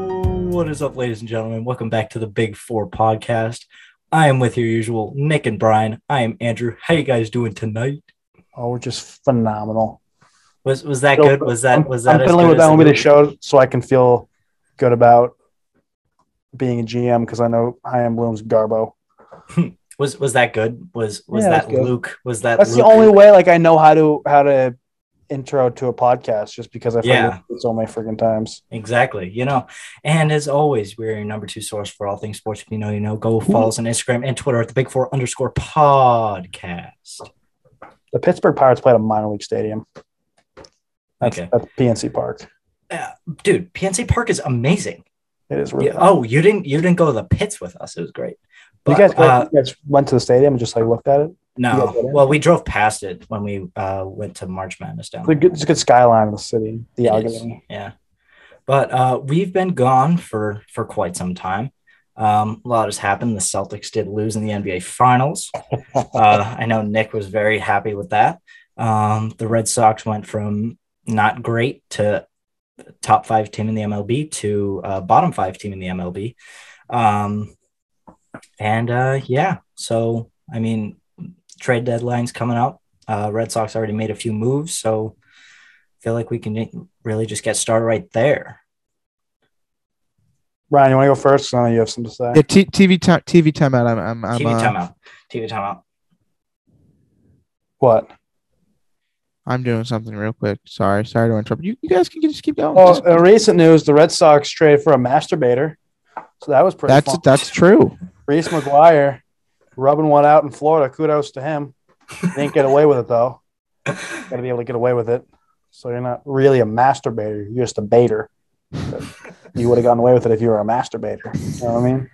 What is up, ladies and gentlemen? Welcome back to the Big Four podcast. I am with your usual Nick and Brian. I am Andrew. How you guys doing tonight? Oh, we're just phenomenal. Was was that Feel- good? Was that was that I'm as fiddling good with as that the one to movie? show so I can feel good about being a GM because I know I am Bloom's Garbo. Was was that good? Was was Yeah, it that was good. Luke? Was that That's the Luke? only way like I know how to how to intro to a podcast just because I've Yeah. heard it so many freaking times. Exactly. You know, and as always, we're your number two source for all things sports. If you know, you know, go follow us on Instagram and Twitter at the Big Four underscore podcast. The Pittsburgh Pirates played a minor league stadium Okay. at PNC Park. Dude, PNC Park is amazing. It is really Yeah. Oh, you didn't you didn't go to the pits with us. It was great. you, But, guys, uh, you guys went to the stadium and just like looked at it. you no. guys went in? Well, we drove past it when we uh, went to March Madness down. It's a good, it's a good skyline of the city. It The is, Allegheny. Yeah. But uh, we've been gone for for quite some time. Um, a lot has happened. The Celtics did lose in the NBA Finals. Uh, I know Nick was very happy with that. Um, the Red Sox went from not great to top five team in the MLB to uh, bottom five team in the MLB. Um, and uh, yeah, so I mean, trade deadline's coming up. Uh, Red Sox already made a few moves, so I feel like we can really just get started right there. Ryan, you want to go first? 'Cause I know you have something to say. Yeah, t- TV time. TV timeout. I'm. I'm. I'm, TV uh, timeout. TV timeout. what? I'm doing something real quick. Sorry. Sorry to interrupt. You. You guys can just keep going. Well, Just- in recent news, the Red Sox traded for a masturbator. So that was pretty that's fun. that's true. Reese McGuire rubbing one out in Florida. Kudos to him. Didn't get away with it, though. Got to be able to get away with it. So you're not really a masturbator. You're just a baiter. But you would have gotten away with it if you were a masturbator. You know what I mean?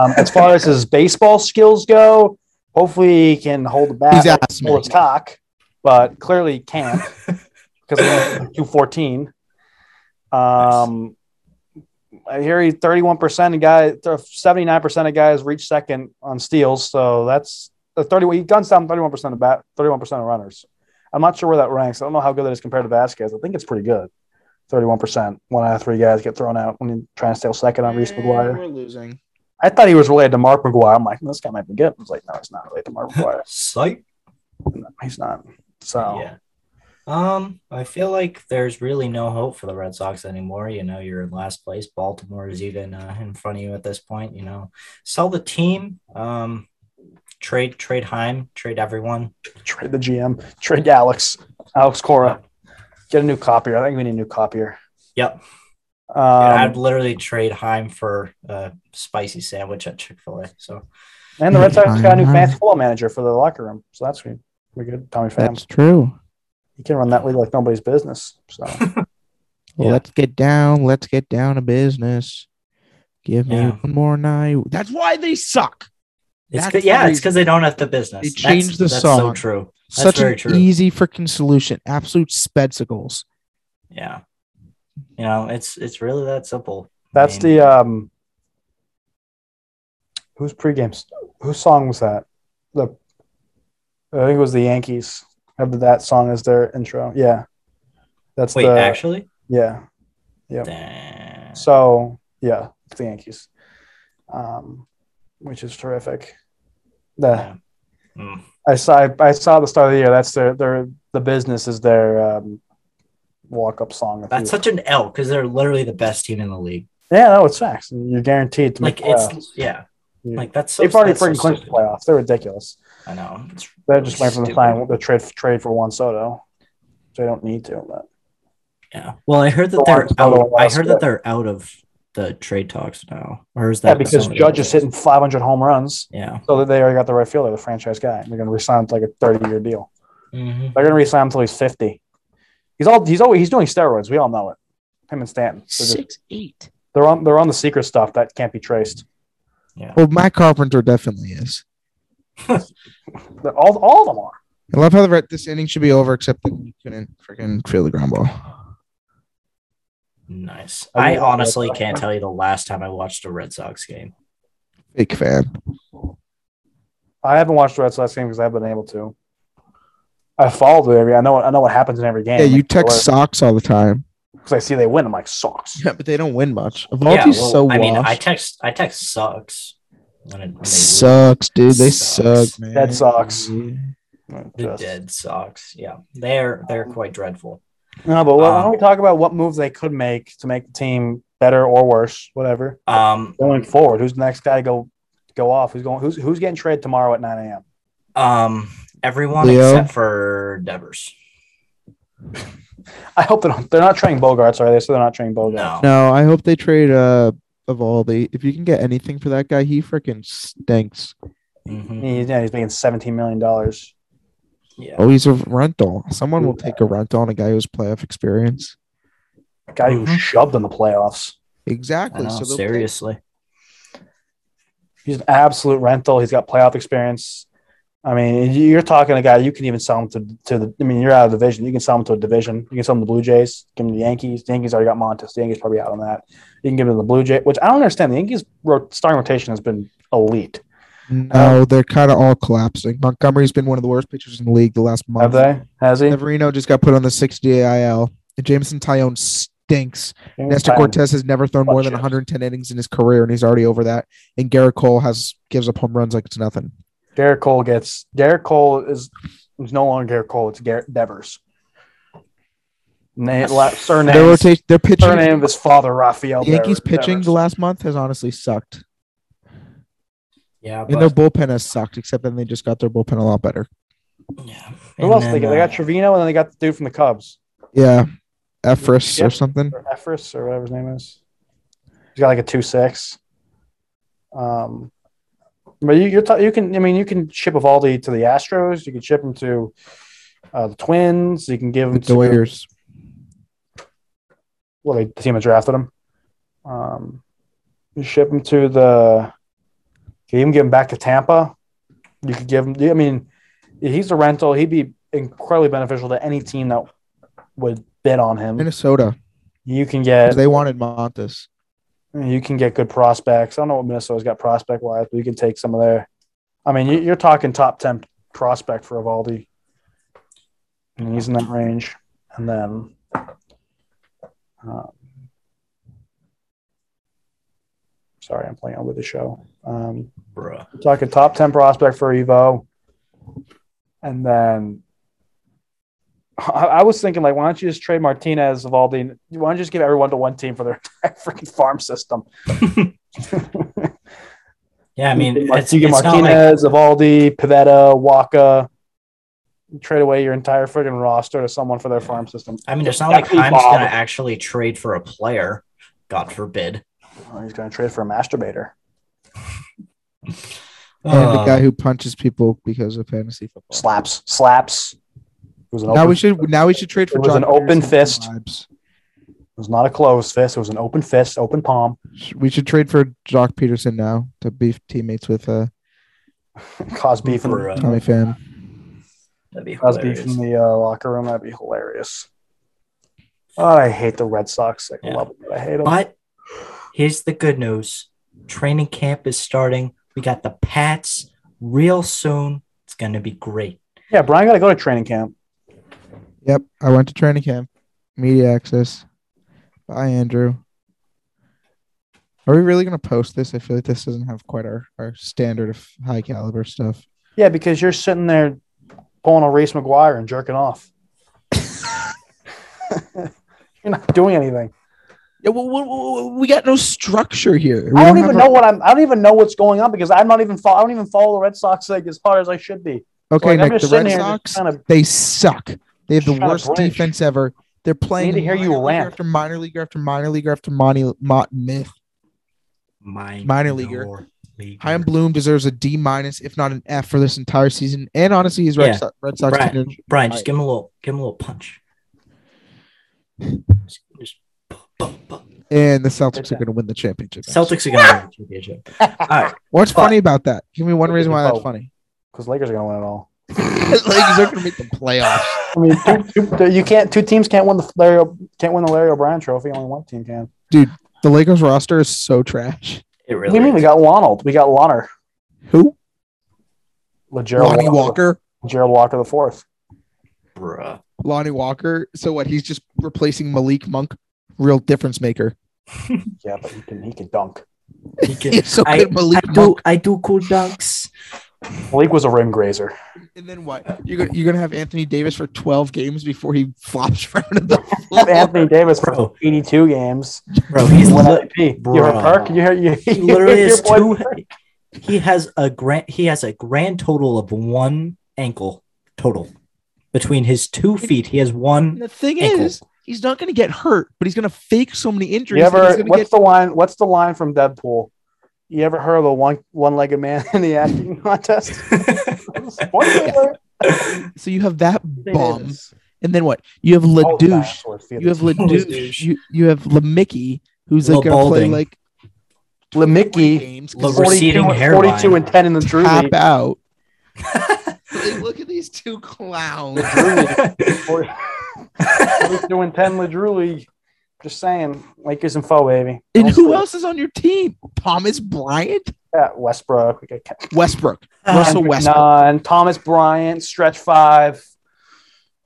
Um, as far as his baseball skills go, hopefully he can hold the bat, He's like, ass hold his man. cock, but clearly he can't because he's only 214. Um, I hear he 31% of guys, 79% of guys reach second on steals. So that's the 31. He guns down 31% of bat, 31% of runners. I'm not sure where that ranks. I don't know how good that is compared to Vasquez. I think it's pretty good. 31%. One out of three guys get thrown out when you try and steal second on Reese McGuire. We're losing. I thought he was related to Mark McGuire. I'm like, "Hmm, this guy might be good. I was like, no, he's not related to Mark McGuire. Psych. No, he's not. So Yeah. Um, I feel like there's really no hope for the Red Sox anymore. You know, you're in last place. Baltimore is even uh, in front of you at this point. You know, sell the team. Um, trade trade Heim. Trade everyone. trade the GM, trade Alex, Alex Cora. Get a new copier. I think we need a new copier. Yep. Um, I'd literally trade Heim for a spicy sandwich at Chick Fil A. So And the Red Sox got a new fancy football manager for the locker room, so that's we we good. Tommy Pham, That's true. he can run that league like nobody's business. So Yeah. Let's get down. Let's get down to business. Give me Yeah. one more night. That's why they suck. it's That's good. the Yeah, it's reason. because they don't have the business. They That's- changed the that's So song. true. That's Such very an true. easy freaking solution. Absolute spectacles. Yeah. You know, it's it's really that simple. that's I mean, the um. Whose pregame? s- Whose song was that? The I think it was the Yankees. Have that song as their intro. Yeah, that's wait. the actually, yeah. Yep. Damn. So yeah, it's the Yankees, um, which is terrific. The Yeah. Mm. I saw I saw at the start of the year. That's their their the business is their um, walk up song. if that's you- such an L because they're literally the best team in the league. yeah, no, it's facts. You're guaranteed to make Like like playoffs. it's yeah. Yeah. Like that's so. They've already that's so freaking clinched the stupid. playoffs. They're ridiculous. I know. It's They're just really waiting for them to stupid. sign the trade trade for one Soto. They don't need to. But Yeah. Well, I heard that Go they're on, follow out. I us, heard yeah. that they're out of the trade talks now. Or is that yeah, because somebody Judge else? is hitting 500 home runs, Yeah. so that they already got the right fielder, the franchise guy. They're going to resign him to like a 30 year deal. Mhm. They're going to resign him until he's 50. He's all he's always he's doing steroids. We all know it. Him and Stanton. They're, just- Six eight. they're on they're on the secret stuff that can't be traced. Well, Matt Carpenter definitely is. They're- All all of them are. I love how the re- this inning should be over, except that we couldn't freaking field the ground ball. Nice. I I mean, honestly like- can't tell you the last time I watched a Red Sox game. Fake fan. I haven't watched the Red Sox game because I haven't been able to. I followed it every. I know. I know what happens in every game. Yeah, you Like, text socks all the time. because I see they win. I'm like, sucks. Yeah, but they don't win much. Yeah, Avaldi's well, so I washed. mean, I text I text sucks. When it, when they lose. sucks, dude. They Sucks. suck, man. That sucks. Yeah. the Just- dead socks. Yeah, they're they're Um, quite dreadful. No, but why Um, don't we talk about what moves they could make to make the team better or worse, whatever, Um, going forward? Who's the next guy to go go off? Who's going? Who's who's getting traded tomorrow at 9 a.m. um, everyone Leo? except for Devers. I hope they don't, they're not trading Bogarts, are they? So they're not trading Bogarts. No, No, I hope they trade uh Evaldi. If you can get anything for that guy, he freaking stinks. Mhm. He- yeah, he's making 17 million dollars. yeah, Oh, he's a rental. Someone will take a rental on a guy who's playoff experience. Guy who Mhm. shoved in the playoffs. I Exactly. know, so they'll take- seriously. He's an absolute rental. He's got playoff experience. I mean, you're talking a guy you can even sell him to, to the. I mean, you're out of division. You can sell him to a division. You can sell him to the Blue Jays. Give him to the Yankees. The Yankees already got Montes. The Yankees probably out on that. You can give him to the Blue Jays, which I don't understand. The Yankees' ro- starting rotation has been elite. No, they're kind of all collapsing. Montgomery's been one of the worst pitchers in the league the last Have month. they? Has he? Severino just got put on the 60-day IL. And Jameson Tyone stinks. Oh, Nestor Cortez has never thrown more than Bunches. 110 innings in his career, and he's already over that. And Garrett Cole has gives up home runs like it's nothing. Garrett Cole gets. Garrett Cole is, is no longer Garrett Cole. It's Garrett Devers. Name, la, surname. Their rotation, their pitching, surname of his father, Rafael. the Yankees Devers. pitching the last month has honestly sucked, Yeah, and but, their bullpen has sucked. Except then they just got their bullpen a lot better. yeah. Who And else then, they got? uh, They got Trevino, and then they got the dude from the Cubs. Yeah, Efris or Yep. something. or Ephraim or whatever his name is. He's got like a two six. Um, but you, you're ta- you can I mean you can ship Evaldi to the Astros. You can ship him to uh, the Twins. You can give The him to Doyers. well they, the team that drafted him. Um, you ship him to the. You can even give him back to Tampa. You could give him. I mean, he's a rental. He'd be incredibly beneficial to any team that would bid on him. Minnesota. You can get 'cause They wanted Montes. I mean, you can get good prospects. I don't know what Minnesota's got prospect wise, but you can take some of their. I mean, you- you're talking top ten prospect for Evaldi. I mean, he's in that range, and then. Uh, sorry, I'm playing on with the show. Um, uh, bruh. you're talking top ten prospect for Evo, and then. I, I was thinking, like, why don't you just trade Martinez, Evaldi? and- Why don't you just give everyone to one team for their entire freaking farm system? Yeah, I mean, you get, it's, you get it's not like Martinez, Evaldi, Pavetta, Waka. Trade away your entire friggin' roster to someone for their farm system. I mean, it's not Yeah, like please, Heim's Bob. gonna actually trade for a player. God forbid. Oh, he's going to trade for a masturbator. and Uh, the guy who punches people because of fantasy football. Slaps, slaps. It was an Now open, we should now we should trade for It was an John open Peterson fist. vibes. It was not a closed fist. It was an open fist, open palm. Sh- We should trade for Jock Peterson now to be teammates with uh, Cause beef in Bruh. the, Tommy Pham. that'd be cause beef in hilarious. the uh, locker room. That'd be hilarious. Oh, I hate the Red Sox. I Yeah. love them, but I hate them. But here's the good news: training camp is starting. We got the Pats real soon. It's gonna be great. Yeah, Brian got to go to training camp. Yep, I went to training camp, media access. Bye, Andrew. Are we really gonna post this? I feel like this doesn't have quite our, our standard of high caliber stuff. Yeah, because you're sitting there pulling a Reese McGuire and jerking off. you're not doing anything. Yeah, well, we got no structure here. I don't, even know what I'm. I don't even know what's going on because I'm not even. Fo- I don't even follow the Red Sox like as hard as I should be. Okay, like, I'm Nick, the just Red sitting here Sox. Kind of, They suck. They have the Shut up, worst Lynch. defense ever. They're playing to hear you minor leaguer rant. after minor leaguer after minor leaguer after minor, mo- myth. Minor, Minor leaguer. leaguer. Chaim Bloom deserves a D minus, if not an F, for this entire season. And honestly, he's Red, Yeah. Sox, Red Sox. Right. teenage- Brian, just give him a little, give him a little punch. Just, just bump, bump, bump. And the Celtics are going to win the championship. Celtics are gonna win the championship. All right, What's But- funny about that? Give me one Look at reason the why that's vote. funny. because Lakers are going to win it all. Lakers are going to make the playoffs. I mean, two, two, you can't. Two teams can't win the Larry. O- Can't win the Larry O'Brien Trophy. Only one team can. The Lakers roster is so trash. it What really. do you mean? We is. got Lonald. We got Lonner. Who? Gerald Lonnie Walker. Gerald Walker the fourth. Bruh. Lonnie Walker. So what? He's just replacing Malik Monk. real difference maker. Yeah, but he can he can dunk. He can- so I- good, Malik I do Monk. I do cool dunks. Malik was a rim grazer. And then what? You're gonna, you're gonna have Anthony Davis for 12 games before he flops around at the Have floor. Anthony Davis for Bro. 82 games. Bro, he's Win li- MVP. You heard Bro. Perk? You heard you, he you literally heard your has boy two Perk? he has a grand he has a grand total of one ankle total. Between his two feet, he has And one the thing ankle. is, he's not gonna get hurt, but he's gonna fake so many injuries. You that he's ever gonna what's get- the line what's the line from Deadpool? You ever heard of a one one legged man in the acting contest? Spoiler alert. so you have that bomb, Davis. and then what? You have All Ladouche. dinosaurs feel You have this. Ladouche. douche. You you have Lamicky, who's like Lil gonna play Balding. like Lamicki, games, Lil 'cause he's receding 42, and- hairline. 42 and 10 in the Drew gonna League. tap out. Like, look at these two clowns. Forty- 42 and 10 in the Drew League. Just saying, Lakers and foe, baby. And Don't who sleep. else is on your team? Thomas Bryant, Yeah, Westbrook. We got Kevin Westbrook, Russell Westbrook. Nunn, Thomas Bryant, stretch five.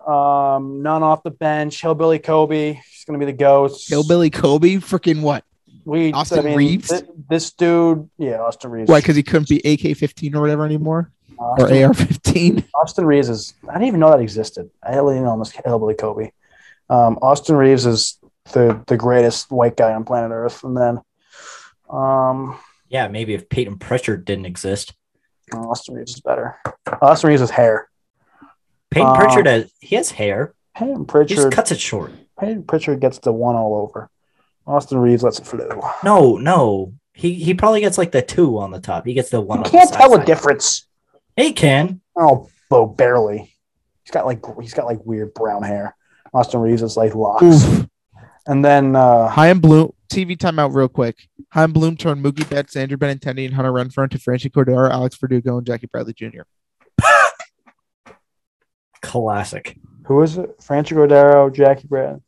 Um, none off the bench. Hillbilly Kobe. She's gonna be the ghost. Hillbilly Kobe, freaking what? We Austin I mean, Reeves? thi- this dude, yeah, Austin Reeves. Why? Because he couldn't be AK 15 or whatever anymore? Or Austin, AR 15? Austin Reeves is. I didn't even know that existed. I didn't even know this Hillbilly Kobe. Um, Austin Reeves is the the greatest white guy on planet Earth, and then um, yeah, maybe if Peyton Pritchard didn't exist. Austin Reeves is better. Austin Reeves has hair. Peyton Uh, Pritchard has he has hair. Peyton He just Pritchard. cuts it short. Peyton Pritchard gets the one all over. Austin Reeves lets it flew. No, no. He he probably gets like the two on the top. He gets the one. You on the can't side tell a side. difference. He can. Oh, bo barely. He's got like he's got like weird brown hair. Austin Reeves is like locks. Oof. And then uh, Haim Bloom, TV timeout real quick. Haim Bloom turned Mookie Betts, Andrew Benintendi, and Hunter Renfro to Franchi Cordero, Alex Verdugo, and Jackie Bradley Jr. Classic. who is it? Francis Cordero, Jackie Brad.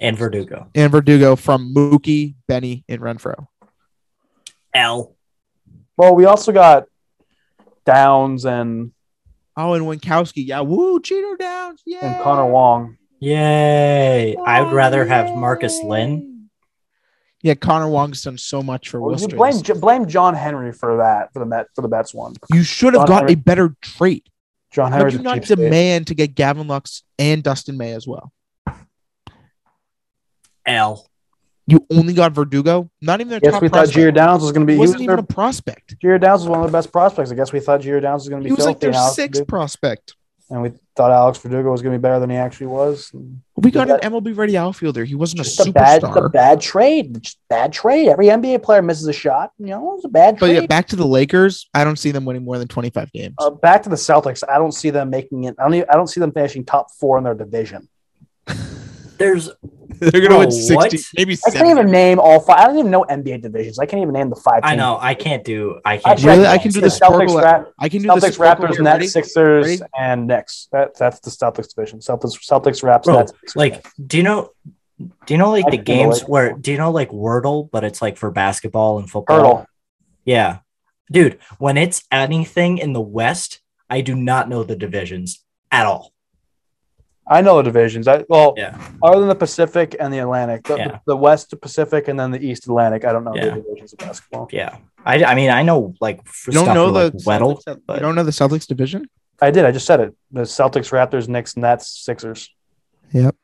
And Verdugo. And Verdugo from Mookie, Benny, and Renfro. L. Well, we also got Downs and Oh, and Winkowski. Yeah, woo, Cheeto Downs. Yeah. and Connor Wong. Yay. I Oh, would rather have Marcus Lynn. Yeah, Connor Wong's done so much for Well, you Worcester. blame J- blame John Henry for that for the Met for the Mets one. You should have John got Henry- a better trade. John How do Henry's you a not cheap skate. demand to get Gavin Lux and Dustin May as well? L. You only got Verdugo, not even their Yes, top we thought prospect. Jared Downs was going to be. he He was wasn't even their, a prospect. Jared Downs was one of the best prospects. I guess we thought Jared Downs was going to be. He was like filthy their and Alex sixth Verdugo- prospect. and we thought Alex Verdugo was going to be better than he actually was. We got Yeah. an MLB ready outfielder. He wasn't a Just a bad, just a superstar. bad trade. Just bad trade. Every NBA player misses a shot. You know, it's a bad But trade. yeah, back to the Lakers. I don't see them winning more than 25 games. Uh, back to the Celtics. I don't see them making it. I don't. Even, I don't see them finishing top four in their division. There's They're going to bro, win 60, what? maybe I 70. can't even name all five. I don't even know NBA divisions. I can't even name the five. I teams. know I can't do I can't Actually, Really? do I that. can do the this sparkle Celtics, at- Rap- I can do Celtics, this. sparkle Raptors, here. Ready? Nets, Sixers, Ready? and Knicks. That that's the Celtics division. Celtics, Celtics, Raps, Bro, Nets. Sixers, like Nets. do you know do you know like I the can do games it. where do you know like Wordle, but it's like for basketball and football? Hurdle. Yeah. Dude, when it's anything in the West, I do not know the divisions at all. I know the divisions. I well, Yeah. other than the Pacific and the Atlantic, the, Yeah. the West Pacific and then the East Atlantic. I don't know Yeah. the divisions of basketball. Yeah. I, I mean, I know like for You don't stuff for, know the like, Weddle, Celtics, but- you don't know the Celtics division. I did. I just said it. The Celtics, Raptors, Knicks, Nets, Sixers. Yep.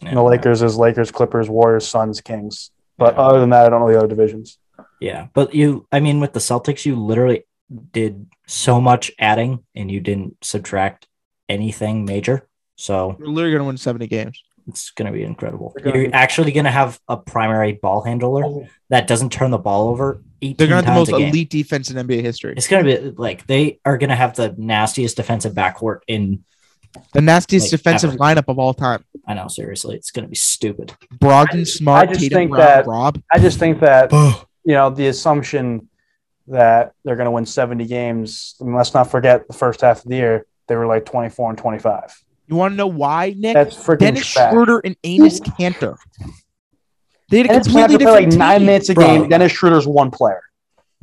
yeah. And the Lakers is Lakers, Clippers, Warriors, Suns, Kings. But Yeah. other than that, I don't know the other divisions. Yeah, but you, I mean, with the Celtics, you literally did so much adding and you didn't subtract anything major. So They're literally going to win 70 games. it's going to be incredible. They're gonna You're be- actually going to have a primary ball handler that doesn't turn the ball over 18 They're going to have times the most a game. elite defense in NBA history. It's going to be like they are going to have the nastiest defensive backcourt in. The nastiest Like, defensive ever. lineup of all time. I know, seriously, it's going to be stupid. Brogdon, Smart, I just Tatum, think Brown, that- Rob. I just think that Oh, you know the assumption that they're going to win 70 games. I mean, let's not forget the first half of the year they were like 24 and 25. you want to know why, Nick? That's freaking Dennis trash. Schroeder and Enos Cantor. They had a Dennis completely Schroeder played different like nine team. minutes a Bro. game. Dennis Schroeder's one player.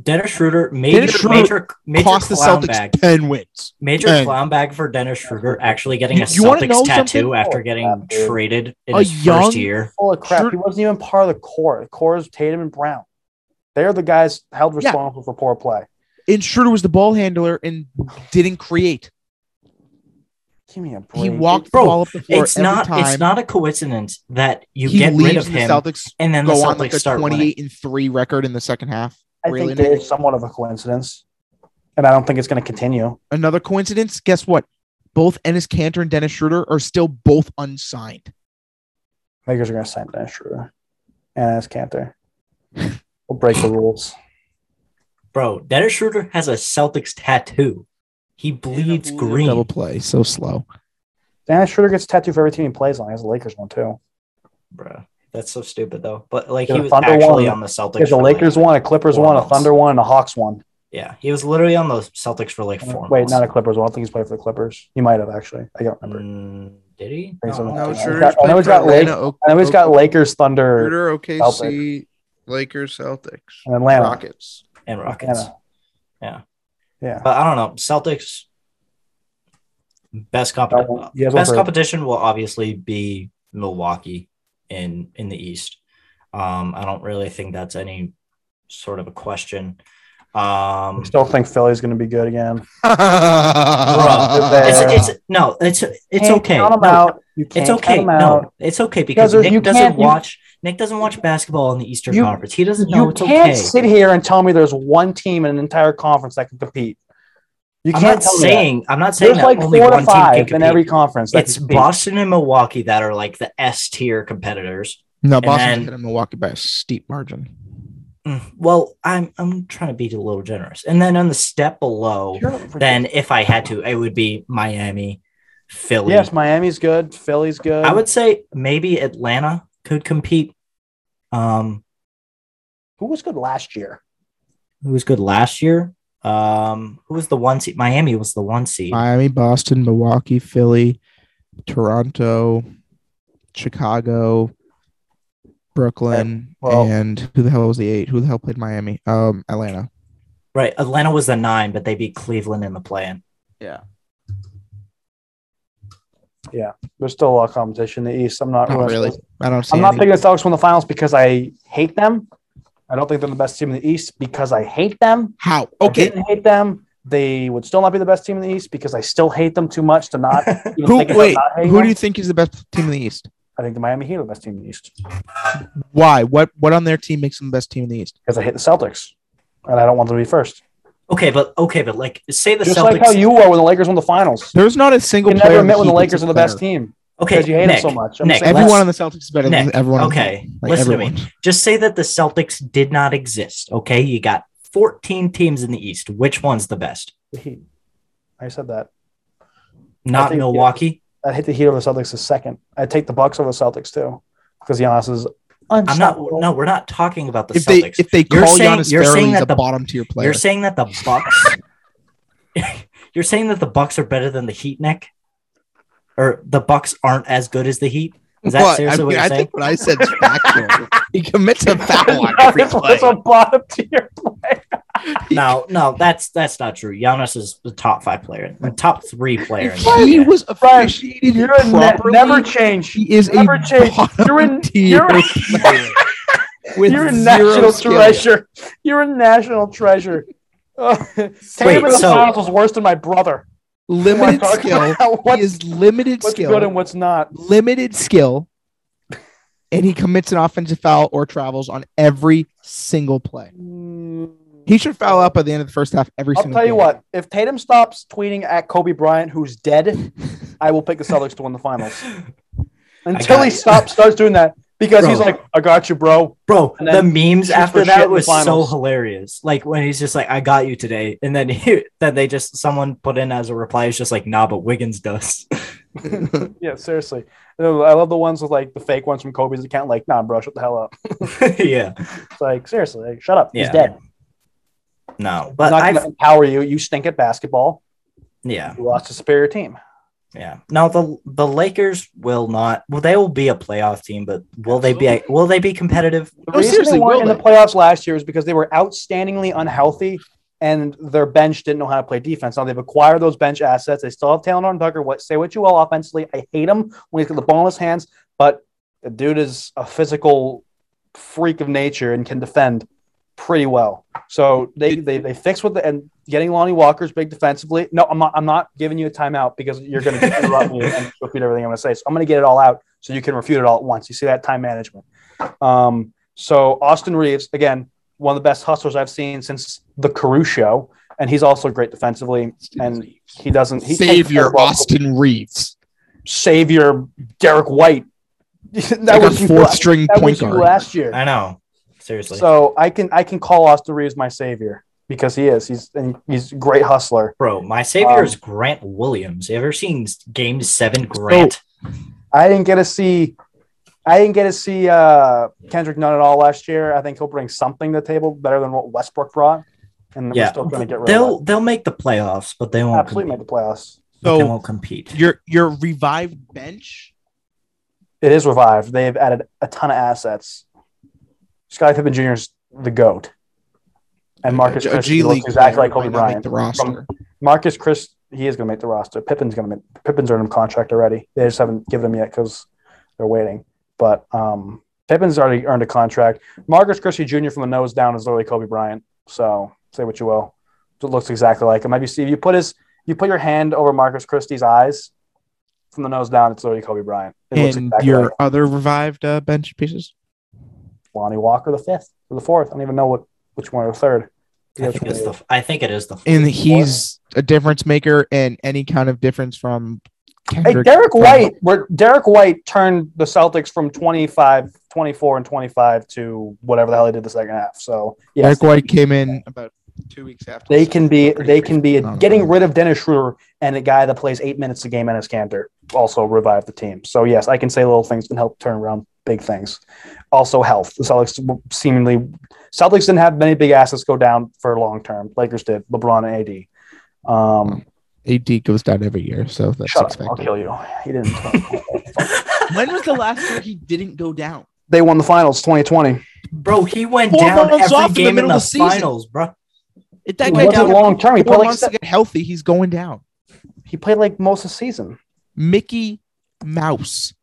Dennis Schroeder, major, Dennis Schroeder major, major Cost the clown Celtics bag. ten wins. Major ten. clown bag for Dennis Schroeder actually getting a You- you wanna know Celtics something? tattoo after getting Oh, dude. traded in A his young- first year. Full of crap. Sure. He wasn't even part of the core. The core is Tatum and Brown. They're the guys held responsible for poor play. And Schroeder was the ball handler and didn't create. Give me a break. He walked Bro, the ball up the floor It's every not. time. It's not a coincidence that you he get leaves rid of and the him, Celtics and then the go Celtics on like a start twenty winning. eight and three record in the second half. I really think Nick? it's somewhat of a coincidence, and I don't think it's going to continue. Another coincidence. Guess what? Both Ennis Cantor and Dennis Schroeder are still both unsigned. Lakers are going to sign Dennis Schroeder and ask Cantor. We'll break the rules. Bro, Dennis Schroeder has a Celtics tattoo. He bleeds green. Double play, so slow. Dennis Schroeder gets tattooed for every team he plays on. He has the Lakers one too. Bro, that's so stupid though. But like he Yeah, was Thunder actually won. on the Celtics. There's a for, like- Lakers one, a Clippers four one, a months. Thunder one, and a Hawks one. Yeah, he was literally on the Celtics for like four. Wait, months. not a Clippers one. I don't think he's played for the Clippers. He might have actually. I don't remember. Mm, did he? Thanks so much. I No, don't know. Schroeder's I know he's got Lake- I know he's got Lakers, Thunder, OKC, Lakers, Celtics, and Atlanta. Rockets. and Rockets. Atlanta. Yeah. Yeah. But I don't know. Celtics best comp- That one- you guys best want to- competition will obviously be Milwaukee in in the East. Um, I don't really think that's any sort of a question. Um, Still think Philly's going to be good again. it's, it's no, it's it's Can't okay. Count them No, out. You It's can't okay. Count them out. No, it's okay because Because Nick you doesn't can't- you- watch. Nick doesn't watch basketball in the Eastern You- Conference. He doesn't know You it's can't okay. sit here and tell me there's one team in an entire conference that can compete. You I'm can't not tell me that. saying. I'm not saying There's that like only four one team to can five in compete. every conference. that it's can compete. Boston and Milwaukee that are like the S tier competitors. no, and Boston's then- ahead of Milwaukee by a steep margin. Mm, Well, I'm I'm trying to be a little generous. And then on the step below, You're ridiculous. then if I had to, it would be Miami, Philly. yes, Miami's good. Philly's good. I would say maybe Atlanta could compete. Um, Who was good last year? who was good last year? Um, who was the one seed? Miami was the one seed. Miami, Boston, Milwaukee, Philly, Toronto, Chicago, Brooklyn, well- and who the hell was the eight? Who the hell played Miami? Um, Atlanta. Right. Atlanta was the nine, but they beat Cleveland in the play-in. Yeah. There's still a lot of competition in the East. I'm not, Not really. really. I don't see. I'm not any. picking the Celtics win the finals because I hate them. I don't think they're the best team in the East because I hate them. How? I Okay. didn't hate them. They would still not be the best team in the East because I still hate them too much to not. even Who? think about Wait. not hating Who them. do you think is the best team in the East? I think the Miami Heat are the best team in the East Why? What? What on their team makes them the best team in the East? because I hate the Celtics and I don't want them to be first. Okay, but okay, but like say the Just Celtics. like how you were when the Lakers won the finals. There's not a single You player. never on admit when the Heat Lakers that's are the better. best team okay, because you hate Nick, them so much. Nick, saying- Everyone Let's- on the Celtics is better Nick, than everyone. on the okay, Heat. Like, listen to me. everyone. just say that the Celtics did not exist. Okay, you got 14 teams in the East. Which one's the best? the Heat. I said that. I Not think- Milwaukee. I hate the Heat over the Celtics is second. I take the Bucks over the Celtics too because Giannis is. I'm not. No, we're not talking about the If they Celtics. if they You're call saying- Giannis you're saying Fairley that a the- bottom tier player, You're saying that the Bucks. you're saying that the Bucks are better than the Heat, Nick, or the Bucks aren't as good as the Heat. Is that But, seriously I, what mean, you're I saying? think what I said is factual. he commits a foul on every Giannis was a play. bottom tier player. No, no, that's that's not true. Giannis is the top five player, the top three player. in the If He NBA. was officiated You're a ne- properly. never change. he is a never change. bottom You're in- tier you're in- player with You're a zero national skill. treasure. You're a national treasure. Tatum in the so- finals was worse than my brother. Limited Wanna talk skill. about He what's, is limited what's skill. good and what's not. limited skill, and he commits an offensive foul or travels on every single play. Mm, He should foul out by the end of the first half every I'll single tell you game. what. If Tatum stops tweeting at Kobe Bryant, who's dead, I will pick the Celtics to win the finals. Until got you. he stops, starts doing that because Bro. he's like, "I got you, bro." Bro, And then the memes shoots for after shit in that the was so finals. hilarious. Like when he's just like, "I got you today," and then he, then they just someone put in as a reply is just like, "Nah, but Wiggins does." Yeah, seriously. No, I love the ones with like the fake ones from Kobe's account. Like, nah, bro, shut the hell up. yeah, It's like, seriously, like, shut up. He's Yeah. dead. no, but not I going to empower you. You stink at basketball. yeah, You lost a superior team. Yeah. No, the the Lakers will not. Well, they will be a playoff team, but will they be? a- Will they be competitive? The No, reason they seriously, weren't will in the they? playoffs last year is because they were outstandingly unhealthy and their bench didn't know how to play defense. Now they've acquired those bench assets. They still have Taylor and Tucker. What say what you all offensively? I hate him when he's got the ball in his hands, but the dude is a physical freak of nature and can defend pretty well. So they they, they fix with the and getting Lonnie Walker's big defensively. No, I'm not I'm not giving you a timeout because you're gonna interrupt me and repeat everything I'm gonna say. So I'm gonna get it all out so you can refute it all at once. You see that time management. Um, so Austin Reeves, again, one of the best hustlers I've seen since the Carew show, and he's also great defensively. And he doesn't he takes care Savior of all- Austin Reeves, savior Derek White. that like a was you fourth la- string that point was you guard. last year. I know. Seriously. So I can I can call Austin Reeves my savior because he is. He's and he's a great hustler. Bro, my savior Um, is Grant Williams. You ever seen Game Seven Grant? I didn't get to see I didn't get to see uh, Kendrick Nunn at all last year. I think he'll bring something to the table better than what Westbrook brought. And yeah, we're still going to get rid they'll of they'll make the playoffs, but they Oh, that. won't. Absolutely Compete. make the playoffs. But they So won't compete. your your revived bench. It is revived. They've added a ton of assets. Scottie Pippen Jr. is the goat, and Marcus a- a Chris G League looks exactly player like Kobe might not make Bryant. The roster. Marcus Chris, he is going to make the roster. Pippen's going to make Pippen's earned him contract already. They just haven't given him yet because they're waiting. But um, Pippen's already earned a contract. Marcus Christie Jr. from the nose down is literally Kobe Bryant. So say what you will, it looks exactly like him. Have you seen? If you put his, you put your hand over Marcus Christie's eyes from the nose down, it's literally Kobe Bryant. It looks And exactly your like other revived uh, bench pieces? Lonnie Walker the fifth or the fourth. I don't even know what which one or the third. I think it's the. I think it is the. And he's a difference maker and any kind of difference from Hey, Kendrick. Derek from- White, where Derek White turned the Celtics from 25, 24, and 25 to whatever the hell they did the second half. So, yes, Derek White came in about two weeks after. they the can be, Pretty they can be No, no, getting no. rid of Dennis Schroeder and a guy that plays eight minutes a game, Ennis Cantor, also revive the team. So, yes, I can say little things can help turn around big things. Also, health. The Celtics seemingly, Celtics didn't have many big assets go down for long term. Lakers did, LeBron and AD. Um, AD goes down every year, so that's shut up, I'll expected. kill you. He didn't. When was the last year he didn't go down? they won the finals 2020. Bro, he went Four down months off every in the game in middle the, of the season. finals, bro. If that It guy wasn't down long term. He four played, like, months to get healthy, he's going down. he played like most of the season. Mickey Mouse.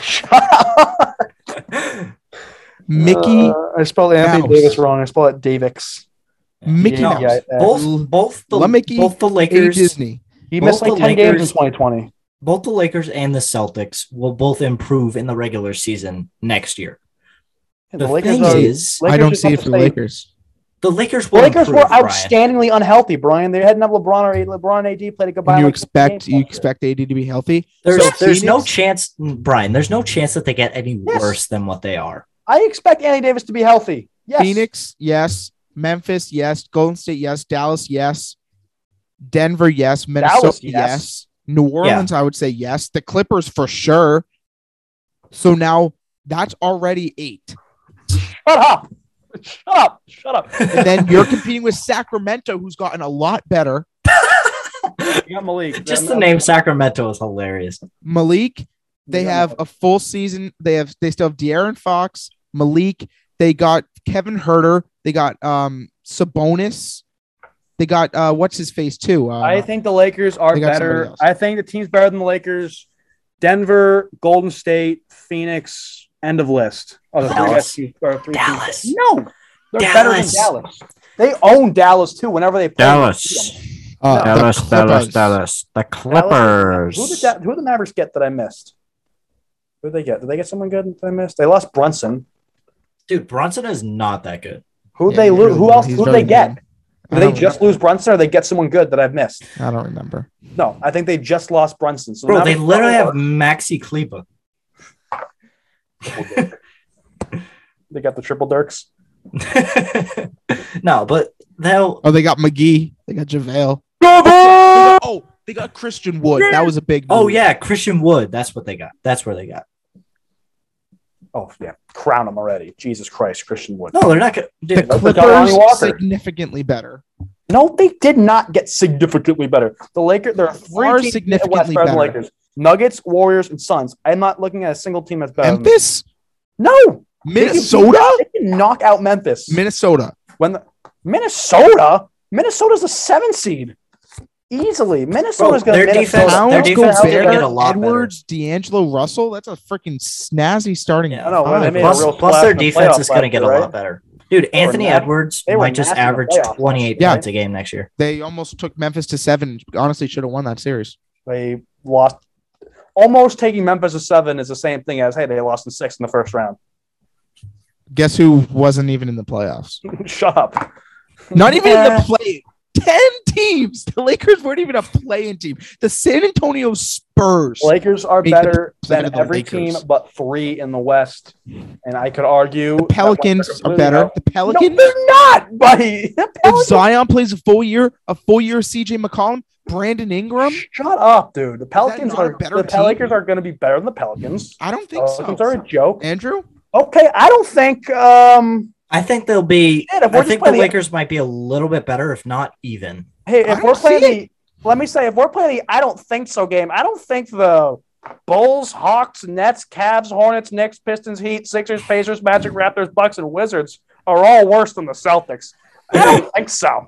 Shut up. Mickey Uh, I spelled Anthony Mouse. Davis wrong. I spelled it Davix. Mickey Yeah, No, Mouse. yeah, yeah. Mm. both both the Lemicky, both the A Lakers, Disney. He Both missed like the 10 games in Lakers- 2020. both the Lakers and the Celtics will both improve in the regular season next year. Yeah, The, the Lakers, thing are, is, Lakers I don't just see have it to for the play- Lakers. the Lakers the will Lakers improve, were outstandingly unhealthy, Brian. They hadn't have LeBron or LeBron and AD played a good And bye you like 15 expect games you last year. expect AD to be healthy. Brian. There's So there's no Phoenix- chance, Brian. There's no chance that they get any Yes. worse than what they are. I expect Anthony Davis to be healthy. Yes. Phoenix, yes. Memphis, yes. Golden State, yes. Dallas, yes. Denver, yes. Minnesota, Dallas, yes. yes. New Orleans, I would say yes. The Clippers for sure. So now that's already eight. Shut up. Shut up. Shut up. And then you're competing with Sacramento, who's gotten a lot better. You got Malik. Just the name Sacramento is hilarious. Malik, they have a full season. They have they still have De'Aaron Fox, Malik. They got Kevin Herter. They got um Sabonis. They got uh what's his face too. Uh, I think the Lakers are They got somebody better. else. I think the team's better than the Lakers. Denver, Golden State, Phoenix, end of list. Are the three Dallas. best teams- are three teams. Dallas. No, they're Dallas. better than Dallas. They own Dallas too. Whenever they play Dallas. uh, the Dallas, Dallas, Clippers. Dallas. The who did Clippers. Da- who did the Mavericks get that I missed? Who did they get? Did they get someone good that I missed? They lost Brunson. Dude, Brunson is not that good. Who Yeah, they he's lose? really who good. else? He's Who did very they get? good. I Did they don't just lose Brunson, or they get someone good that I've missed? remember. I don't remember. No, I think they just lost Brunson. So Bro, now they they're- literally have Maxi Kleba. They got the triple dirks. no, but they'll Oh, they got McGee. They got JaVale. Oh, they got Christian Wood. That was a big. Oh move. yeah, Christian Wood. That's what they got. That's where they got. Oh yeah, crown him already. Jesus Christ, Christian Wood. No, they're not gonna. Dude, The Clippers got Lonnie Clippers Walker. significantly better. No, they did not get significantly better. The Lakers, there are three Are teams in the West significantly better than the better. Lakers: Nuggets, Warriors, and Suns. I'm not looking at a single team that's better. than them. Memphis, No, They can- Minnesota, They can knock out Memphis. Minnesota. when the, Minnesota, Minnesota's a seven seed easily. Minnesota's Bro, going to their defense- Minnesota. their Towns, defense did Gobert, get a lot better. Edwards, D'Angelo Russell. That's a freaking snazzy starting. Yeah. I know, well, they five. made a plus, real plus splash their in the defense playoffs is going to last get a year, lot right? better. Dude, Anthony nasty- Edwards they were might just nasty in the average playoffs last 28 year, points a game next year. They almost took Memphis to seven. Honestly, should have won that series. They lost. Almost taking Memphis to seven is the same thing as hey, they lost in six in the first round. Guess who wasn't even in the playoffs? Shut up. Not even in Yeah. the play. Ten teams. The Lakers weren't even a playing team. The San Antonio Spurs. Lakers are Make the better play to than the every Lakers. team but three in the West, and I could argue the Pelicans are better. The Pelicans, Pelicans. no, they're not, buddy. The If Pelicans, Zion plays a full year, a full year of CJ McCollum, Brandon Ingram, shut up, dude. The Pelicans Um, not a are better the team? Pelicans are going to be better than the Pelicans. I don't think so. Pelicans are a joke. Andrew, Okay, I don't think. Um, I think they'll be. Yeah, if we're I just think the playing the- Lakers might be a little bit better, if not even. hey, I if don't we're playing see the, let me say, if we're playing the, I don't think so game. I don't think the Bulls, Hawks, Nets, Cavs, Hornets, Knicks, Pistons, Heat, Sixers, Pacers, Magic, Raptors, Bucks, and Wizards are all worse than the Celtics. I don't think so.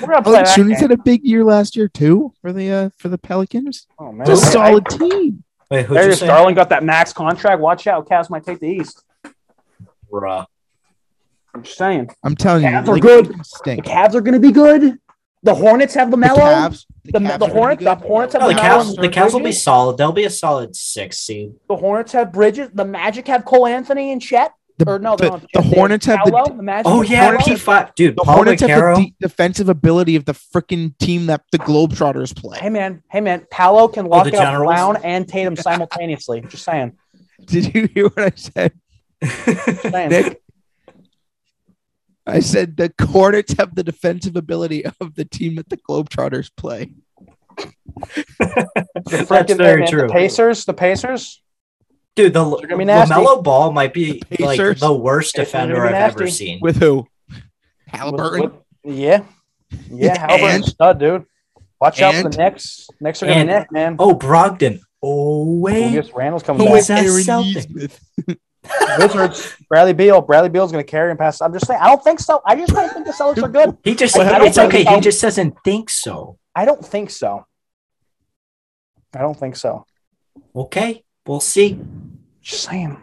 We're gonna play Alex that Shooting game. Oh, had a big year last year too for the uh, for the Pelicans. Oh man, They're a Okay. solid team. Wait, who'd you Darius say? Garland got that max contract. Watch out, Cavs might take the East. Bruh. I'm just saying. I'm telling you, Cavs the are Lakers good. The Stink. Cavs are going to be good. The Hornets have The Lamelo. Cavs, The- Cavs the are gonna be Hornets- good. the Hornets have No, the Now Cavs, on the Cavs will be Bridges? solid. They'll be a solid six seed. The Hornets have Bridges. The Magic have Cole Anthony and Chet. The- or no, the- they don't the Chet, they Hornets have the- Caldwell, the Magic Oh have yeah, Caldwell. P five, dude. The Paul Hornets Beccaro, have the de- defensive ability of the freaking team that the Globetrotters Hey play. man, hey man, Paolo can lock Oh, the out Generals? Brown and Tatum simultaneously. Just saying. Did you hear what I said, Just saying. Nick? I said the Hornets have the defensive ability of the team that the Globetrotters play. That's Freaking- very hey, man, true. The Pacers, the Pacers. Dude, the L- They're gonna be nasty. Lamelo Ball might be The like Pacers. the worst Pacers are gonna defender be I've ever nasty. seen. With who? With- Halliburton. with- yeah, yeah. And- Halliburton's stud, dude. Watch out for And- the Knicks. Knicks are gonna And- nick, man. Oh, Brogdon. Oh wait, Julius Randle's coming Who back. is That's Aaron something. Neesmith? Wizards, Bradley Beal. Bradley Beal's going to carry and pass. I'm just saying. I don't think so. I just don't think the Celtics are good. he just. What It's happened? okay. He just doesn't think so. I don't think so. I don't think so. Okay, we'll see. Just saying.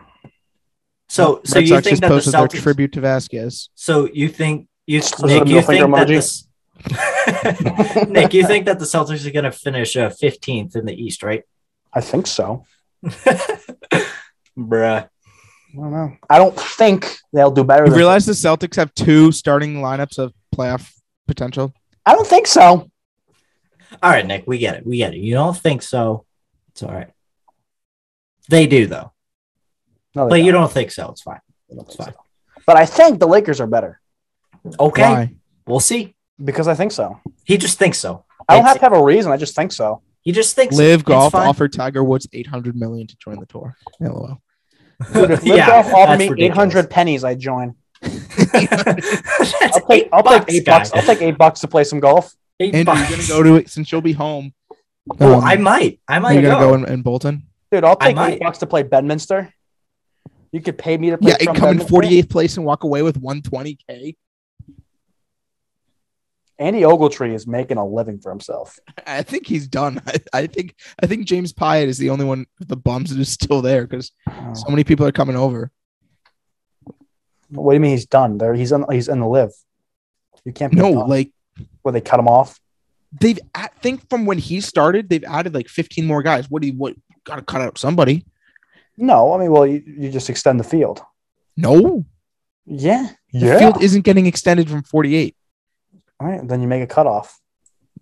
So, so Red you Sox think just that the posted their Celtics? tribute to Vasquez. so you think you So Nick? the You middle finger think that emoji? this? Nick, you think that the Celtics are going to finish uh, 15th in the East, right? I think so. Bruh. I don't know. I don't think they'll do better. You Than realize the Celtics have two starting lineups of playoff potential. I don't think so. All right, Nick, we get it. We get it. You don't think so. It's all right. They do, though. No, they But you don't. don't think so. It's fine. It's fine. But I think the Lakers are better Okay. Why? We'll see. because I think so. He just thinks so. I don't It's- have to have a reason. I just think so. He just thinks Live it's Golf fine. offered Tiger Woods 800 million to join the tour. LOL. If yeah, Live golf offered that's me eight hundred pennies. I join. that's I'll take. eight I'll bucks, take eight guy. bucks. I'll take eight bucks to play some golf. Eight Andrew, you're gonna bucks. go to it since you'll be home. Oh, Um, I might. I are might you go. gonna go in, in Bolton? Dude, I'll I take might. eight bucks to play Bedminster. You could pay me to play. Yeah, and from come in Bedminster. 48th place and walk away with 120k. Andy Ogletree is making a living for himself. I think he's done. I, I think I think James Pyatt is the only one of the bums that is still there because Oh. so many people are coming over. What do you mean he's done? There, he's in. He's in the live. You can't. Be No, done. like where they cut him off. they've I think from when he started, they've added like 15 more guys. What do you what gotta cut out somebody? No, I mean, well, you, you just extend the field. No, Yeah, the field isn't getting extended from 48. All right, then you make a cutoff.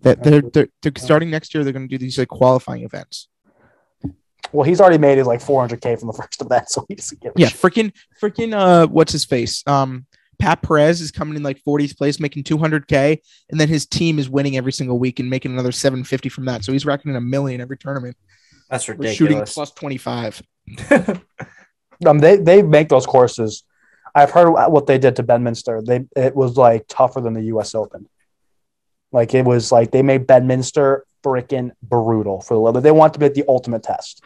That they're, they're they're starting next year. They're gonna do these like qualifying events. Well, he's already made his like 400k from the first event, so he doesn't get. Yeah, freaking freaking uh what's his face? Um Pat Perez is coming in like 40th place, making 200k, and then his team is winning every single week and making another 750 from that. So he's racking in a million every tournament. That's We're shooting ridiculous. plus 25. Um, they they make those courses. I've heard what they did to Bedminster. They it was like tougher than the U.S. Open. Like it was like they made Bedminster freaking brutal for the love. They want to be the ultimate test.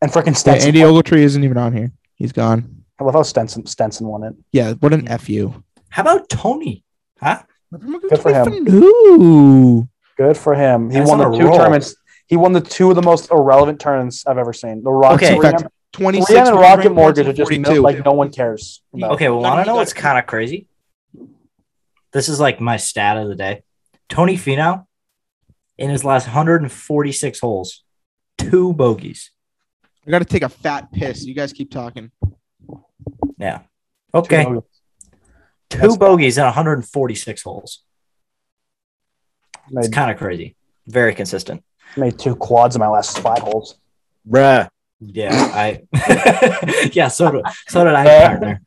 And freaking Yeah, Stenson, Andy Ogletree isn't even on here. He's gone. I love how Stenson Stenson won it. Yeah, what an fu. How about Tony? Huh? Good for him. Ooh. Good for him. He That's won the on a two roll. tournaments. He won the two of the most irrelevant tournaments I've ever seen. The Rocket, Okay. Rihanna, 26 Rihanna and point Rocket rankings Mortgage and are just no- 42. like no one cares. about. Okay, well, I want mean, to know he what's got- kind of crazy? This is like my stat of the day. Tony Finau, in his last 146 holes, two bogeys. I got to take a fat piss. You guys keep talking. Yeah. Okay, Two- two, That's- bogeys in 146 holes. It's Made, kind of crazy. Very consistent. made two quads in my last five holes. Bruh. Yeah, I. yeah, so did, so did I, partner.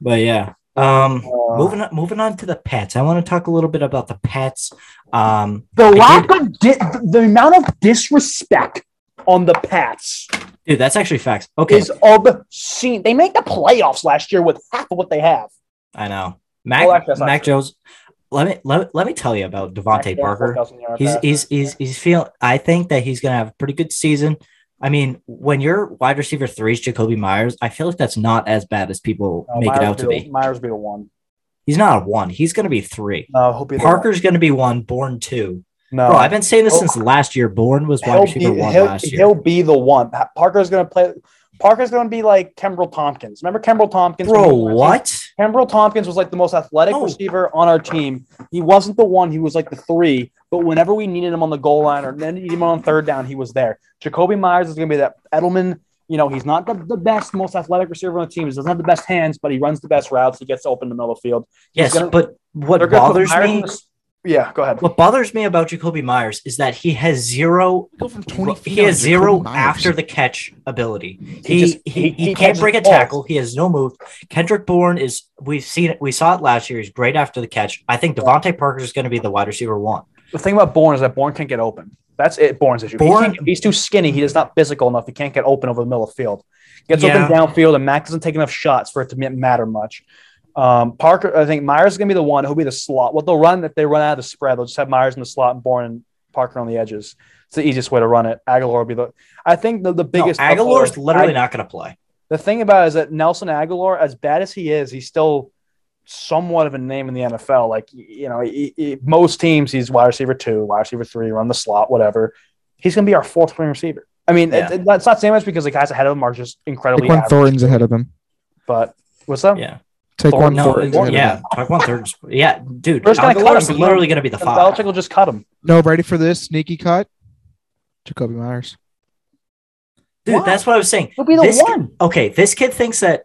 But yeah. Um, Uh, moving on, moving on to the pets. I want to talk a little bit about the pets. Um, The did- lack of di- the amount of disrespect on the Pats dude, that's actually facts. Okay, is obscene. They made the playoffs last year with half of what they have. I know. Mac Well, actually, that's not Mac true. Jones. Let me let, let me tell you about Devontae Parker. 4,000 yard He's pass. he's he's he's feeling. I think that he's gonna have a pretty good season. I mean, when your wide receiver three is Jacoby Myers, I feel like that's not as bad as people No, make Myers it out to be the- be. Myers be the one. He's not a one. He's gonna be three. No, he'll be the Parker's gonna be one. Born two. one. No, Bro, I've been saying this Oh. since last year. Born was wide he'll be, receiver one he'll, last year. he'll be the one. Pa- Parker's gonna play. Parker's gonna be like Kimbrel Tompkins. Remember Kimbrel Tompkins? Bro, when we were- what? Kimbrel Tompkins was like the most athletic No. receiver on our team. He wasn't the one. He was like the three. But whenever we needed him on the goal line or then needed him on third down, he was there. Jacoby Myers is going to be that Edelman. You know, he's not the, the best, most athletic receiver on the team. He doesn't have the best hands, but he runs the best routes. He gets open in the middle of the field. Yes, gonna- but what They're gonna put bothers Myers in me? this- yeah, go ahead. What bothers me about Jacoby Myers is that he has zero Go from 20 he has zero after the catch ability. He he, just- he, he- he can't catches break a balls. tackle. He has no move. Kendrick Bourne is we've seen it. We saw it last year. He's great after the catch. I think Devontae Parker is going to be the wide receiver one. The thing about Bourne is that Bourne can't get open. That's it. Bourne's issue. He Bourne- can't- he's too skinny. He is not physical enough. He can't get open over the middle of the field. Gets Yeah. open downfield, and Mac doesn't take enough shots for it to ma- matter much. Um, Parker, I think Myers is going to be the one who'll be the slot. What they'll run if they run out of the spread, they'll just have Myers in the slot and Bourne and Parker on the edges. It's the easiest way to run it. Aguilar will be the. I think the, the No, biggest. Aguilar's upload- literally I- not going to play. the thing about it is that Nelson Aguilar, as bad as he is, he's still somewhat of a name in the NFL. Like y- you know, he, he- most teams he's wide receiver two, wide receiver three, run the slot, whatever. He's going to be our fourth string receiver. I mean, Yeah. it, it- that's not saying much because the guys ahead of him are just incredibly Taquan average. Thornton's ahead of him. But what's up? Yeah, Taquan Thornton- no, Thornton's ahead it- of yeah. him. Talk one third. Yeah, dude, We're just gonna cut Aguilar's him. literally going to be the And five. Belichick will just cut him. No, ready for this sneaky cut? Jacoby Myers. Dude, Why? that's what I was saying. He'll be the This- one. Okay, this kid thinks that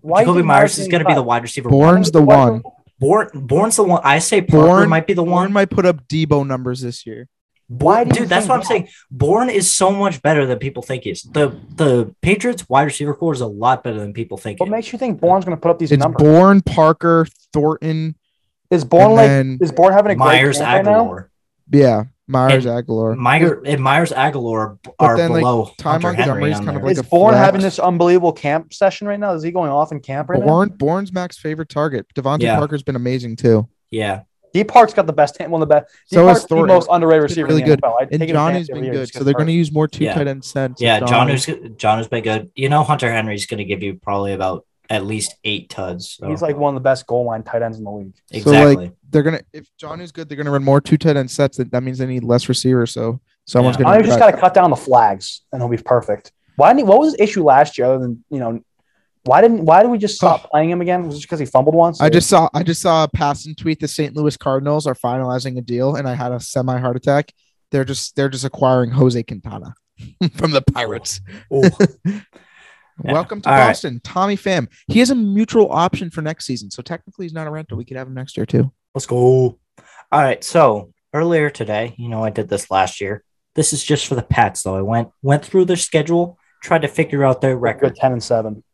Why Jacoby did Myers is get going to be cut? the wide receiver. one. Bourne's the Why- one. Bourne, Bourne's the one. I say Parker Bourne- might be the one. Bourne might put up Debo numbers this year. Why Bourne, do you dude, that's think what I'm that? saying. Bourne is so much better than people think he is. The the Patriots wide receiver core is a lot better than people think. What it makes you think Bourne's going to put up these It's numbers? Bourne, Parker, Thornton, is Bourne and like? then Is Bourne having a is. great Myers camp right now? Aguilar, yeah, Myers, Aguilar. Myers and Myers Aguilar are But then, like, below Ty Hunter Montgomery's Henry. On kind of there. like is a Bourne flex. having this unbelievable camp session right now? Is he going off in camp right now? Bourne, Bourne's Mac's favorite target. Devontae Yeah. Parker's been amazing too. yeah, D Park's got the best hand, one of the best. D So Park's is the Thornton. most underrated He's receiver. been really in the good. NFL. I take And him Johnny's advantage been every year good, just so gets they're going to hurt. use more two Yeah. tight end sets. yeah. Donald. John is John has been good. You know, Hunter Henry's going to give you probably about at least eight tuds. so- He's like one of the best goal line tight ends in the league. exactly. So like they're gonna if Johnny's good, they're gonna run more two tight end sets. That, that means they need less receivers. So someone's Yeah. I gonna. just got cut. to cut down the flags, and he'll be perfect. Why? Didn't, what was his issue last year? Other than you know, why didn't? Why did we just stop playing him again? Was it because he fumbled once? I just saw I just saw a passing tweet. The St. Louis Cardinals are finalizing a deal, and I had a semi heart attack. They're just they're just acquiring Jose Quintana from the Pirates. Ooh. Yeah. Welcome to All right. Boston, Tommy Pham. He has a mutual option for next season, so technically he's not a rental. We could have him next year too. Let's go. All right. So earlier today, you know, I did this last year. This is just for the Pats, though. I went went through their schedule, tried to figure out their record record. ten and seven.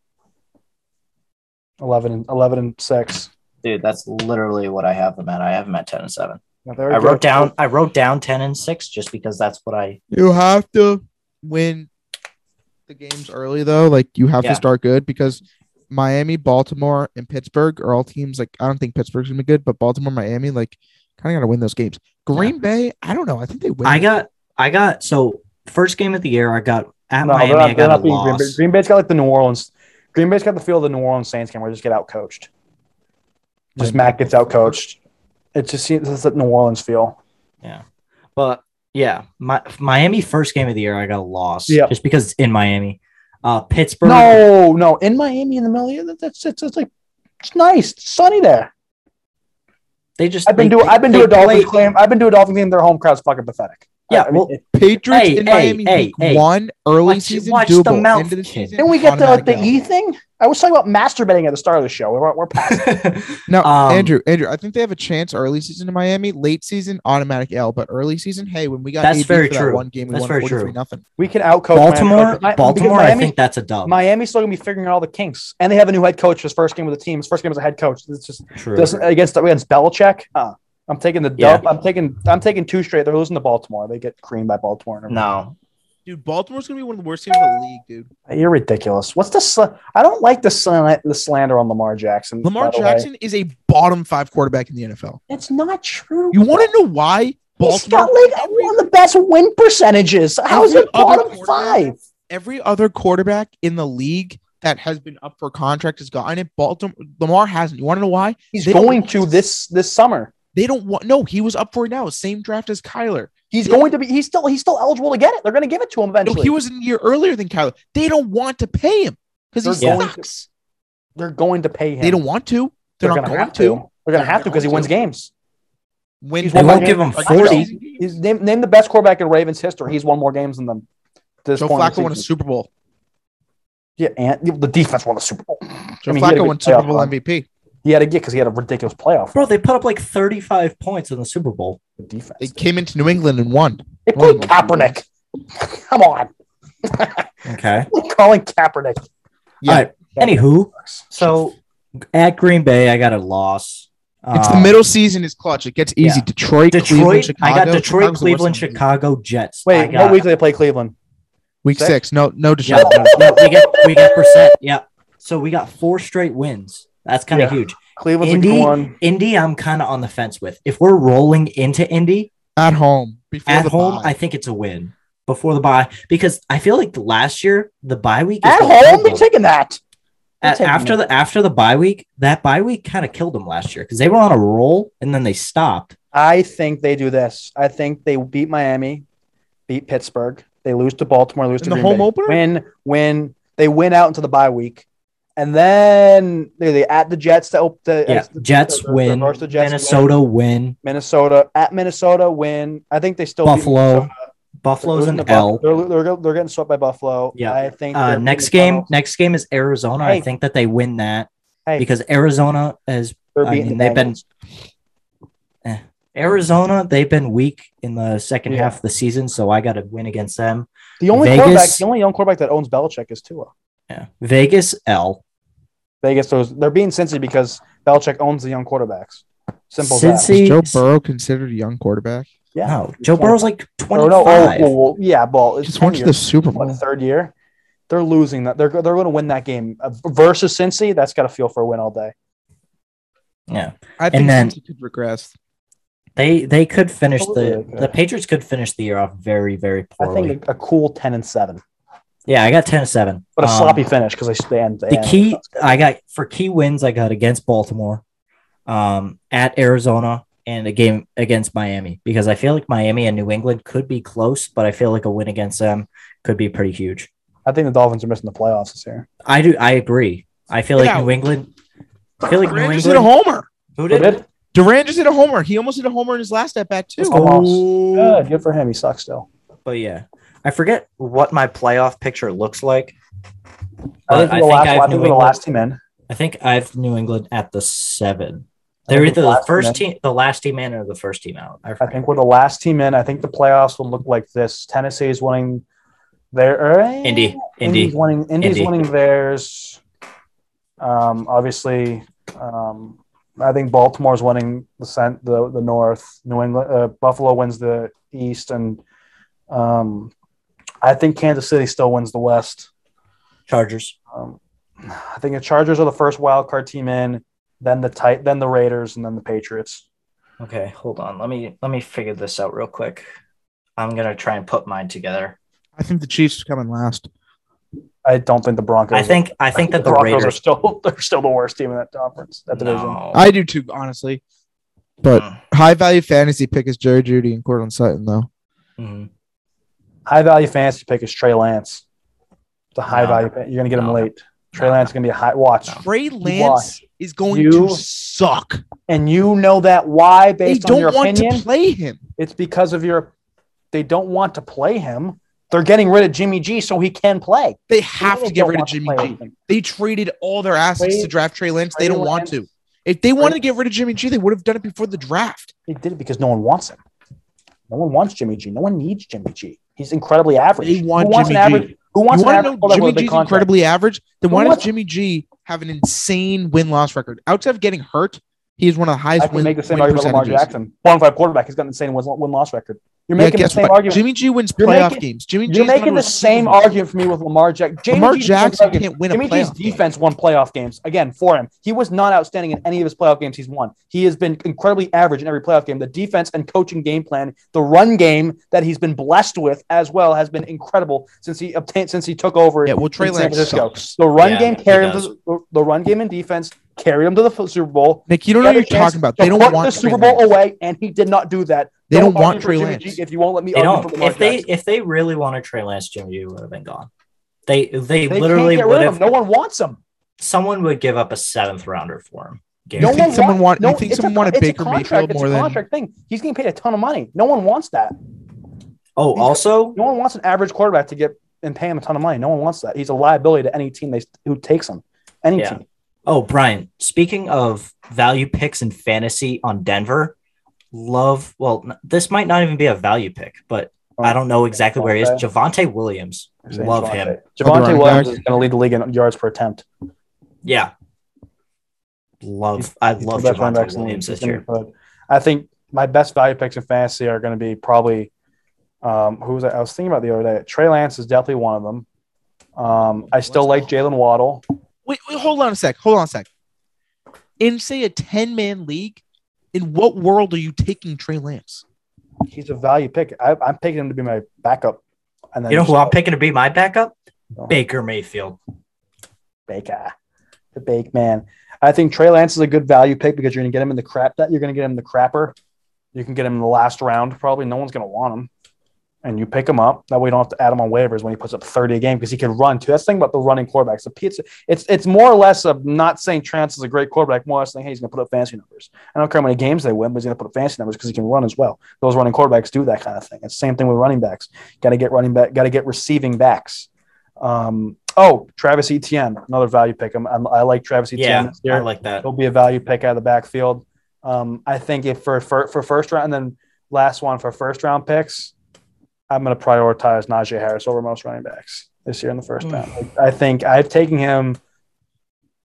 11 and, 11 and 6. Dude, that's literally what I have them at. I have them at ten and seven. Now, there we I go. wrote down I wrote down ten and six just because that's what I. You have to win the games early though. Like you have Yeah. to start good because Miami, Baltimore, and Pittsburgh are all teams like I don't think Pittsburgh's gonna be good, but Baltimore, Miami, like Kind of got to win those games. Green Bay, I don't know. I think they win. I got, I got. So first game of the year, I got at No, Miami. they're I not, they're got not a being Green Bay. loss. Green Bay's got like the New Orleans. Green Bay's got the feel of the New Orleans Saints game where they just get out coached. Just Like- Mac gets out coached. It just seems it's that New Orleans feel. But yeah, my Miami first game of the year, I got a loss. Yep. just because it's in Miami. Uh, Pittsburgh. No, no, in Miami in the middle of the year, that- that's it's, it's like it's nice, it's sunny there. they just. I've been they- doing I've been they to a Dolphins played- claim. I've been to a Dolphins game. Their home crowd's fucking pathetic. I- Yeah, I mean, well, it- Patriots Hey, in hey, Miami hey, week hey. one, early Watch- season watch the doodle. mouth, end of the kid. season, didn't we get the like, automatic the L. E thing? I was talking about masturbating at the start of the show. We're, we're past No, Um, Andrew, Andrew, I think they have a chance early season in Miami, late season automatic L, but early season, hey, when we got That's AD very for true. that one game, we That's won very 43 true. nothing. we can outcoach Miami. Baltimore. Mi- because Baltimore. I Miami- think that's a dub. Miami's still gonna be figuring out all the kinks, and they have a new head coach. His first game with the team, his first game as a head coach. It's just True. doesn't against against Belichick. Uh, I'm taking the Yeah. dub. I'm taking I'm taking two straight. They're losing to Baltimore. They get creamed by Baltimore. no. Dude, Baltimore's gonna be one of the worst teams in the league, dude. You're ridiculous. What's the sl- I don't like the slant the slander on Lamar Jackson. by Lamar the way. Jackson is a bottom five quarterback in the NFL. It's not true. You want to know why He's Baltimore, got like one of the best win percentages. How's Every it other bottom quarterback- five? every other quarterback in the league that has been up for contract has gotten it. Baltimore, Lamar hasn't. You want to know why? He's They don't going want to to- this this summer. They don't want. No, he was up for it now. Same draft as Kyler. He's going to be. He's still. He's still eligible to get it. They're going to give it to him No, eventually. he was a year earlier than Kyler. They don't want to pay him because he They're going to- sucks. They're going to pay him. They don't want to. They're They're, not going to going have to. They're going to They're have to because he going wins to. games. When He's They one won't more give game. him Like, Regular 40. season games. He's name name the best quarterback in Ravens history. He's won more games than them. at This Joe point in the Flacco won a season. Super Bowl. Yeah, and the defense won the Super Bowl. Joe I mean, he had a Flacco good won Super playoff Bowl run. MVP. He had to get because he had a ridiculous playoff. Bro, they put up like 35 points in the Super Bowl. The defense. They They, came into New England and won. played Kaepernick. Come on, Okay. calling Kaepernick. Yeah, All right. Anywho, so at Green Bay, I got a loss. it's Uh, the Um, middle season is clutch. It gets easy. yeah. Detroit, Cleveland, Detroit. I Chicago. got Detroit, Chicago's the worst Cleveland, team in the league. Chicago Jets. I Wait, got, what week do they play Cleveland? Week Six? six. No, no Yeah, Deshaun. no, no, we get we get percent. Yeah. So we got four straight wins. That's kind Yeah. of huge. Cleveland's Indy? week one. Indy, I'm kind of on the fence with. If we're rolling into Indy At home. Before at the home, bye. I think it's a win before the bye because I feel like last year the bye week is At the home, Super they're Bowl. taking that. They're At- taking after it. the after the bye week, that bye week kind of killed them last year because they were on a roll and then they stopped. I think they do this. I think they beat Miami, beat Pittsburgh. They lose to Baltimore, lose In to the Green home Bay. opener? Win, win. They win out into the bye week, and then they, they at the Jets to op- the, Yeah, the- Jets the- the- win, versus the Jets win. Minnesota win, Minnesota at Minnesota win. I think they still beat Buffalo. Minnesota. They're Buffalo's losing an to Buff- L. They're, they're, they're getting swept by Buffalo. Yeah. I think Uh, they're next beating game, Buffalo. next game is Arizona. Hey. I think that they win that Hey. because Arizona is They're I beating mean, the they've been- Eh. Bengals. Arizona. They've been weak in the second Yeah. half of the season, so I got to win against them. the only Vegas- quarterback. The only young quarterback that owns Belichick is Tua. Yeah, Vegas L. Vegas. Those they're beating Cincy because Belichick owns the young quarterbacks. Simple. as that. Cincy- Is Joe Seas- Burrow considered a young quarterback? Yeah. No, Joe Burrow's like Oh, no, oh, 25. oh, well, yeah, well, it's Just went to the Super what, Bowl. third year. They're losing that. They're they're going to win that game Uh, versus Cincy. That's got to feel for a win all day. Yeah. I think then- Cincy could regress. They they could finish the Absolutely. the Patriots could finish the year off very very I poorly. think a, a cool ten and seven, yeah, I got ten to seven. but a Um, sloppy finish because they stand. The key I got for key wins I got against Baltimore, um, at Arizona, and a game against Miami because I feel like Miami and New England could be close, but I feel like a win against them could be pretty huge. I think the Dolphins are missing the playoffs this year. I do I agree. I feel Get like out. New England. I feel like New Durant just hit a England. homer. Who They did? did? Durant just hit a homer. He almost hit a homer in his last at bat too. Let's go, Hawks. Oh. Ooh. Good, good for him. He sucks still. But yeah, I forget what my playoff picture looks like. I But think we're the last. I have I think New we're the England- last team in. I think I've New England at the seven. I They're think either the last first minute. team, the last team in, or the first team out. I I forget. think we're the last team in. I think the playoffs will look like this. Tennessee is winning their Indy, Indy's Indy. winning. Indy's Indy. winning theirs. Um, obviously, um, I think Baltimore's winning the cent, the the North. New England, uh, Buffalo wins the East, and um, I think Kansas City still wins the West. Chargers. Um, I think the Chargers are the first wild card team in, then the tight, then the Raiders, and then the Patriots. Okay, hold on. Let me let me figure this out real quick. I'm gonna try and put mine together. I think the Chiefs come in last. I don't think the Broncos. I think I think that the Broncos are Raiders. still they're still the worst team in that conference that division. No. I do too, honestly. But Uh. Mm, high value fantasy pick is Jerry Judy and Cortland Sutton, though. mhm. High value fantasy pick is Trey Lance. It's a high No. value. pick. You're gonna get him No. late. Trey Lance is gonna be a high watch, No. Trey Lance is going to You- suck. and you know that why They based on your don't want opinion. to play him. It's because of your. They don't want to play him. They're getting rid of Jimmy G so he can play. They They have to don't get rid of want Jimmy play G. with him. They traded all their assets Trey- to draft Trey Lance. They Trey don't want to. Lance- If they wanted to get rid of Jimmy G, they would have done it before the draft. They did it because no one wants him. No one wants Jimmy G. No one needs Jimmy G. He's incredibly average. They want who wants Jimmy an G. average? Who wants you an want average? to know quarterback Jimmy with a big G's contract? incredibly average? Then Who why does wants- Jimmy G have an insane win loss record? Outside of getting hurt, he is one of the I highest can win, make the same win argument with Lamar percentages. Jackson. One five quarterback. He's got an insane win, win loss record. You're Yeah, making the guess same what? argument. Jimmy G wins You're playoff making- games. Jimmy G You're making the same argument for me with Lamar Jackson. Lamar Jackson can't win a Jimmy G's playoff game. defense won playoff games again for him. He was not outstanding in any of his playoff games he's won. He has been incredibly average in every playoff game. The defense and coaching game plan, the run game that he's been blessed with as well, has been incredible since he obtained since he took over. Yeah, well, Trey in San Lance Francisco. sucks. The run Yeah, game he carried him does. to the, the run game and defense carried him to the f- Super Bowl. Nick, you don't He know had what you're a chance talking about. They to don't put want the Trey Super Bowl Lance. away, and he did not do that. They don't want argue for Trey Jimmy Lance. G if you won't let me, They argue for don't. Lamar If they Jackson. if they really wanted Trey Lance, Jimmy G would have been gone. They they, They literally can't get would rid of have. him. No one wants him. someone would give up a seventh rounder for him. You No Guaranteed. one think someone want- wants. you No, think it's someone wanted it's Baker contract, Mayfield it's more a than- contract thing. He's getting paid a ton of money. No one wants that. oh, also, No one wants an average quarterback to get and pay him a ton of money. No one wants that. He's a liability to any team they who takes him. Any Yeah. team. oh Brian. Speaking of value picks and fantasy on Denver, love. Well, n- this might not even be a value pick, but Oh, I don't know exactly where he is. Javante Williams, love him. Other Javante running Williams back. is going to lead the league in yards per attempt. Yeah, love. I He's love the best running Javante back in the league. Williams this He's gonna year. be good. I think my best value picks in fantasy are going to be probably um, who was I? I was thinking about the other day. Trey Lance is definitely one of them. Um, I still like Jalen Waddle. Wait, wait, hold on a sec. Hold on a sec. In say a ten man league, in what world are you taking Trey Lance? He's a value pick. I, I'm picking him to be my backup. And then You know who I'm picking to be my backup? No. Baker Mayfield. Baker, the Bake Man. I think Trey Lance is a good value pick because you're going to get him in the crap that you're going to get him in the crapper. You can get him in the last round. Probably no one's going to want him, and you pick him up. That way you don't have to add him on waivers when he puts up 30 a game because he can run too. That's the thing about the running quarterbacks. The P- it's it's it's more or less of not saying Trance is a great quarterback. More or less saying hey he's going to put up fancy numbers. I don't care how many games they win, but he's going to put up fancy numbers because he can run as well. Those running quarterbacks do that kind of thing. It's the same thing with running backs. Got to get running back. Got to get receiving backs. Um, oh, Travis Etienne, another value pick. I'm, I'm, I like Travis Etienne Yeah, this year. I like that. He'll be a value pick out of the backfield. Um, I think if for, for for first round and then last one for first round picks, I'm going to prioritize Najee Harris over most running backs this year in the first Mm. round. Like, I think I've taken him.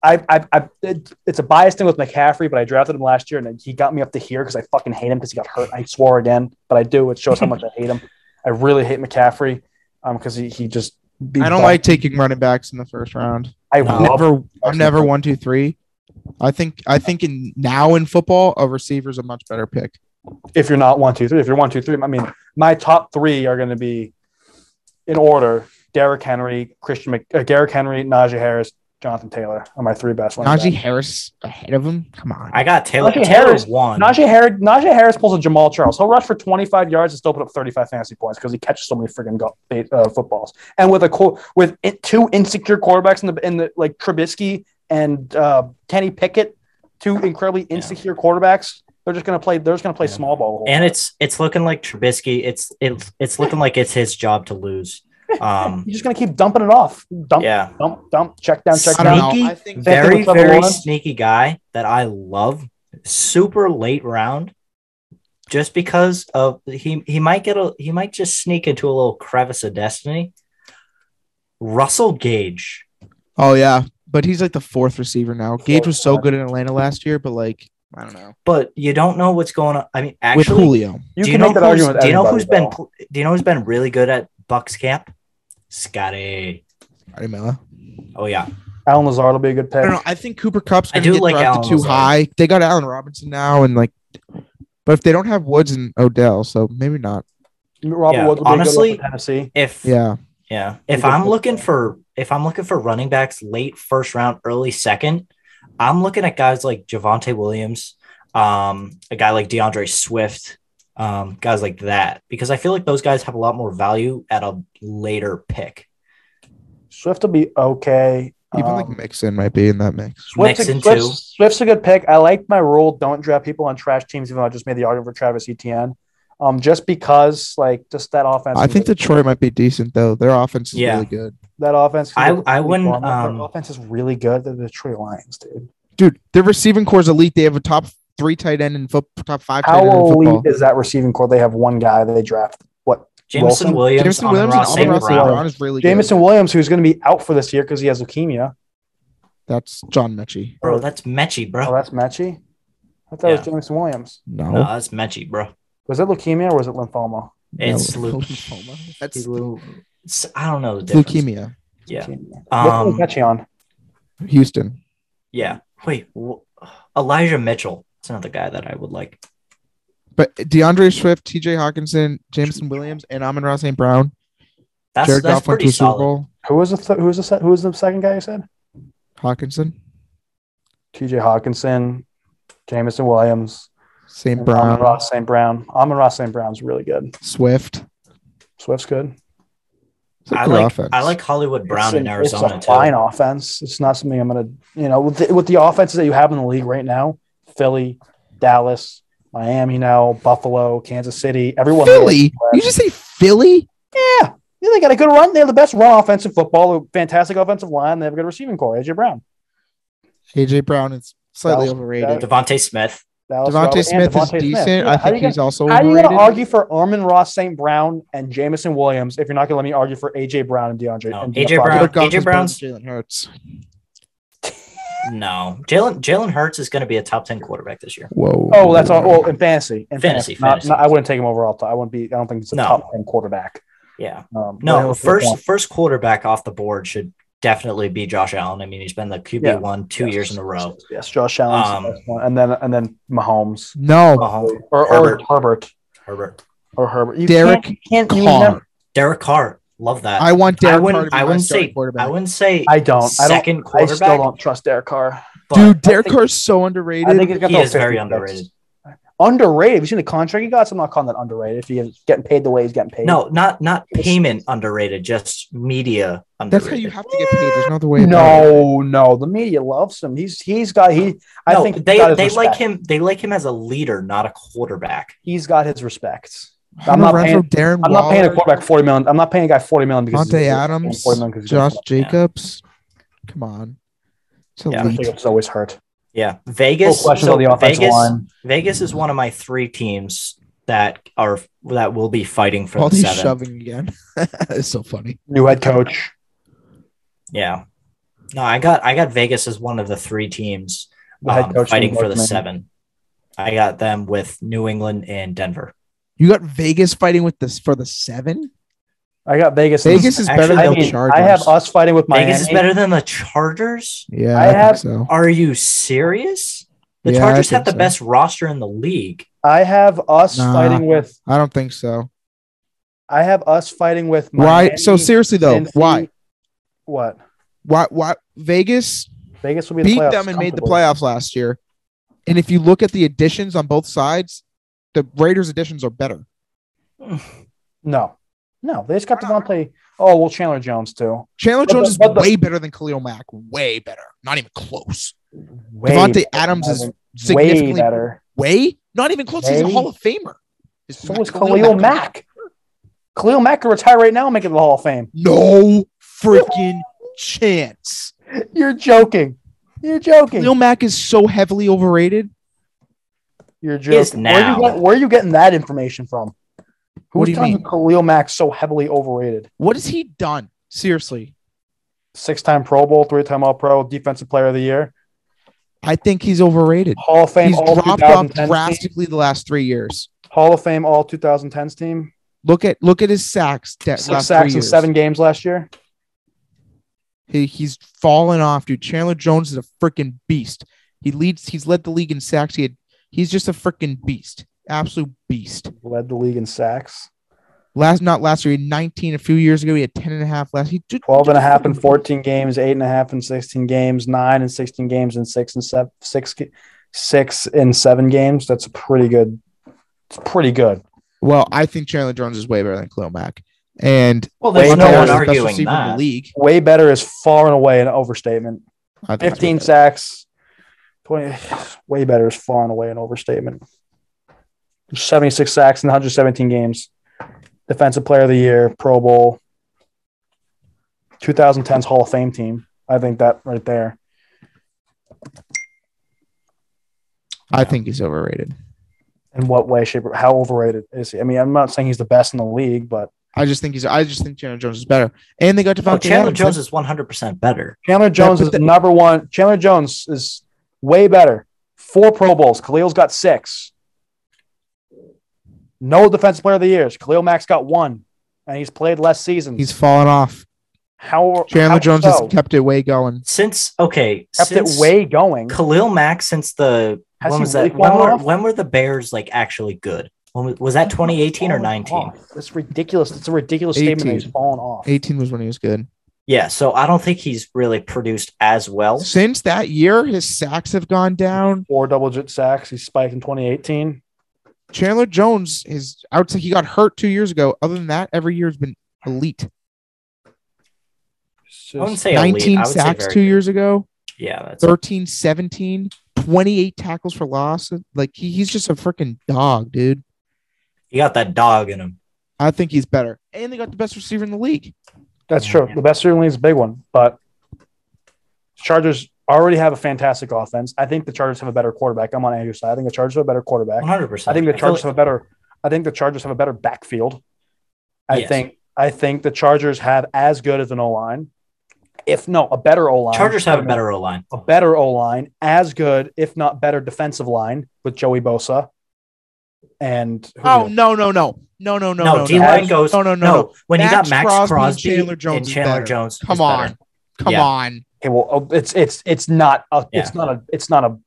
I, I, I it, it's a biased thing with McCaffrey, but I drafted him last year and he got me up to here because I fucking hate him because he got hurt. I swore again, but I do. It shows how much I hate him. I really hate McCaffrey because he, he just. be- I don't like taking running backs in the first round. I No. I'm love never, I'm never one, two, three. I think, I think in now in football, a receiver's a much better pick. if you're not one, two, three. If you're one, two, three, I mean, my top three are going to be in order: Derrick Henry, Christian, Mc, uh, Derrick Henry, Najee Harris, Jonathan Taylor are my three best ones. Najee Harris ahead of him. Come on. I got Taylor. Najee Taylor Harris- one. Najee Harris, Najee Harris pulls a Jamal Charles. He'll rush for 25 yards and still put up 35 fantasy points because he catches so many freaking go- uh, footballs. And with a co- with it, two insecure quarterbacks in the in the like Trubisky and uh, Kenny Pickett, two incredibly insecure quarterbacks, they're just going to play. They're just going to play Yeah. small ball. the whole and time. it's it's looking like Trubisky. It's it's it's looking like it's his job to lose. Um, you're just going to keep dumping it off. Dump, yeah, dump, dump, check down, check I down. don't know. Sneaky, I think Same thing very with Trevor very Lawrence. sneaky guy that I love. Super late round, just because of he he might get a he might just sneak into a little crevice of destiny. Russell Gage, Oh yeah, but he's like the fourth receiver now. Gage was so good in Atlanta last year, but like I don't know but you don't know what's going on. I mean, with actually, Julio. You do you can know make that who's, argument. with do you know everybody, who's been though. pl- do you know who's been really good at Bucks camp? Scotty. Scotty Miller. Oh yeah, Alan Lazard will be a good I pick. don't know. I think Cooper Cup's I gonna do get like drafted Allen too Lazard. high. They got Allen Robinson now, and like But if they don't have Woods and Odell, so maybe not. Robert Yeah, Woods would be honestly, honestly- Tennessee. If Yeah. Yeah. If good I'm football. looking for if I'm looking for running backs late first round, early second, I'm looking at guys like Javante Williams, um, a guy like DeAndre Swift, um, guys like that, because I feel like those guys have a lot more value at a later pick. Swift will be okay. Even Um, like Mixon might be in that mix. Swift's, a, Mixon, Swift's- too. Swift's a good pick. I like my rule: don't draft people on trash teams. Even though I just made the argument for Travis Etienne, um, just because like just that offense. I think Detroit might be decent though. Their offense is Yeah. really good. that offense. I- I wouldn't, Their um, offense is really good. The Detroit Lions, dude. Dude, their receiving core is elite. They have a top three tight end and fo- top five tight How end in football. elite is that receiving core? They have one guy that they draft. What Jameson Wilson? Williams, Jameson Amon Williams Ross, and St. Amon Ross Brown. St. Brown is really Jamison good. Williams, who's going to be out for this year because he has leukemia. That's John Mechie. Bro, that's Mechie, Oh, bro. that's Mechie. I thought it was Yeah. Jamison Williams. No. No, that's Mechie, bro. Was it leukemia or was it lymphoma? It's No. leu- Lymphoma. That's it's- I don't know the difference. leukemia. Yeah. Leukemia. What's Um, Mechie on? Houston. yeah. Wait, wh- Elijah Mitchell. That's another guy that I would like. But DeAndre Swift, TJ Hawkinson, Jameson Williams, and Amon Ross St. Brown. That's Jared that's Goff went pretty to a Super solid. Bowl. Who was the th- who was the se- who was the second guy you said? Hawkinson, T.J. Hawkinson, Jamison Williams, St. and Amon Brown, Ross St. Brown. Amon Ross St. Brown's really good. Swift. Swift's good. It's a I good like offense. I like Hollywood Brown It's in an- Arizona It's a fine too. offense. It's not something I'm going to you know with the, with the offenses that you have in the league right now: Philly, Dallas, Miami now, Buffalo, Kansas City. Everyone. Philly. You just say Philly? Yeah. Yeah, they got a good run. They have the best run offense in football, a fantastic offensive line. They have a good receiving core. AJ Brown. AJ Brown is slightly That was- overrated. that- Devontae Smith. Dallas Goddard, Devontae and Smith Devontae is decent. Yeah, I how think you he's also gonna, How are you overrated. going to argue for Armin Ross, St. Brown, and Jamison Williams if you're not going to let me argue for AJ Brown and DeAndre? No, and A.J. Devontae? Brown- Jared Goff AJ is better than Brown's- Jalen Hurts. No, Jalen Jalen Hurts is going to be a top ten quarterback this year. Whoa. Oh, that's all. Well, in fantasy, in Fantasy, fantasy, Not- fantasy. not- I wouldn't take him overall. Top. I wouldn't be. I don't think it's a No. top ten quarterback. Yeah, Um, no, Williams- first first quarterback off the board should definitely be Josh Allen. I mean, he's been the QB Yeah. one two Yes. years in a row. Yes, Josh Allen, Um, and then and then Mahomes No. Mahomes, or Herbert. Herbert. or Herbert Herbert, or Herbert. You Derek can't- you can't, you Carr. never- Derek Carr, love that. I, I want Derek Carr to wouldn't. be I my wouldn't starting say. I quarterback. wouldn't say. I don't. I don't. Second I quarterback. still don't trust Derek Carr. but Dude, Derek think- Carr's so I underrated. think he's got He those is very 50 underrated. picks. Underrated. Have you seen the contract he got? So I'm not calling that underrated. If he's getting paid the way he's getting paid. No, not not payment underrated, just media underrated. that's how you have to get paid. There's no other way. about it. No, no. The media loves him. He's he's got he. I no, think they he's got his they like respect. him. They like him as a leader, not a quarterback. He's got his respect. I'm Hunter not Renfro, paying- Darren I'm not Waller, paying a quarterback forty million. I'm not paying a guy forty million because Monte he's- Adams, 40 million because he's Josh Yeah. Jacobs. Come on. It's Yeah. elite. Jacobs always hurt. Yeah, No Vegas. questions so on the offensive Vegas, line. Vegas is one of my three teams that are that will be fighting for the Baldy's seven. shoving again. it's so funny. New head coach. Yeah. No, I got I got Vegas as one of the three teams The head um, coach fighting New for the York, man. seven. I got them with New England and Denver. You got Vegas fighting with this for the seven. I got Vegas. Vegas is better Actually, than I, the mean, Chargers. I have us fighting with Miami. Vegas is better than the Chargers. yeah, I I, have- think so. Are you serious? The Yeah, I Chargers have think the so. best roster in the league. I have us Nah. fighting with. I don't think so. I have us fighting with. why? So Miami, seriously though, Cincy- why? What? Why? Why? Vegas Vegas will be the beat playoffs them and made the comfortably. playoffs last year, and if you look at the additions on both sides, the Raiders' additions are better. No, no, they just got Devontae. Oh, well, Chandler Jones too. Chandler But the- Jones is but the- way better than Khalil Mack. Way better. Not even close. Way Devontae better Adams is than- way significantly better. Way? Not even close. He's a Way- Hall of Famer. Is So is Khalil Mack. Khalil Mack could retire right now and make it to the Hall of Fame. No freaking chance. You're joking. You're joking. Khalil Mack is so heavily overrated. You're is joking. Where, are now. you get, where are you getting that information from? Who's What do you telling mean? Khalil Mack so heavily overrated? What has he done? Seriously. Six-time Pro Bowl, three-time All-Pro, Defensive Player of the Year, I think he's overrated. Hall of Fame, He's All dropped off 2010 team, drastically the last three years. Hall of Fame, All 2010s team, Look at look at his sacks. de- six last sacks three in years. seven games last year. He, he's fallen off, dude. Chandler Jones is a freaking beast. He leads. He's led the league in sacks. He had, he's just a freaking beast. Absolute beast. Led the league in sacks. Last, not last year, he had 19. A few years ago, he had 10 and a half last. He did 12 and a half in 14 games, eight and a half in 16 games, nine and 16 games, and six and seven, six, ga- six and seven games. That's pretty good. It's pretty good. Well, I think Chandler Jones is way better than Clomac. And Well, there's Wait, no there's one the best arguing receiver in that. the league. Way better is far and away an overstatement. I think it's 15 way better. sacks, 20. Way better is far and away an overstatement. 76 sacks in 117 games. Defensive player of the year, Pro Bowl. 2010's Hall of Fame team. I think that right there. I think he's overrated. In what way, shape, or how overrated is he? I mean, I'm not saying he's the best in the league, but I just think he's. I just think Chandler Jones is better. And they got No, Devontae Chandler Adams. Jones is 100% better. Chandler Jones but is the- number one. Chandler Jones is way better. Four Pro Bowls. Khalil's got six. No defensive player of the years. Khalil Mack's got one, and he's played less seasons. He's fallen off. how Chandler how Jones so? has kept it way going. Since okay, kept since it way going. Khalil Mack since the Has when he was that? really When fallen were, off? when were the Bears like actually good? When was, was that 2018 or Fallen 19? off. Oh That's ridiculous. It's a ridiculous statement. that 18. He's fallen off. 18 was when he was good. Yeah, so I don't think he's really produced as well. Since that year, his sacks have gone down. Four double digit sacks. He spiked in 2018. Chandler Jones is. I would say he got hurt two years ago. Other than that, every year has been elite. I wouldn't say 19 elite. I would say sacks very two years ago. good. Yeah, that's 13, 17, 28 tackles for loss. Like he, he's just a freaking dog, dude. he got that dog in him. I think he's better. And they got the best receiver in the league. That's true. The best certainly is a big one, but Chargers already have a fantastic offense. I think the Chargers have a better quarterback. I'm on Andrew's side. I think the Chargers have a better quarterback. 100%. I think the feel Chargers like- have a better. I think the Chargers have a better backfield. I Yes. think. I think the Chargers have as good as an O line, if no, a better O line. Chargers have a better O line. a better O line, as good, if not better, defensive line with Joey Bosa. And who Oh else? no no no no no no No, no D no. line goes. no no no No, no. when you got Max Max Crosby, Crosby, Chandler Jones and is Chandler better. Jones. is Come better. on. Come Yeah. on. okay, well, oh, it's it's it's not a Yeah. it's not a it's not a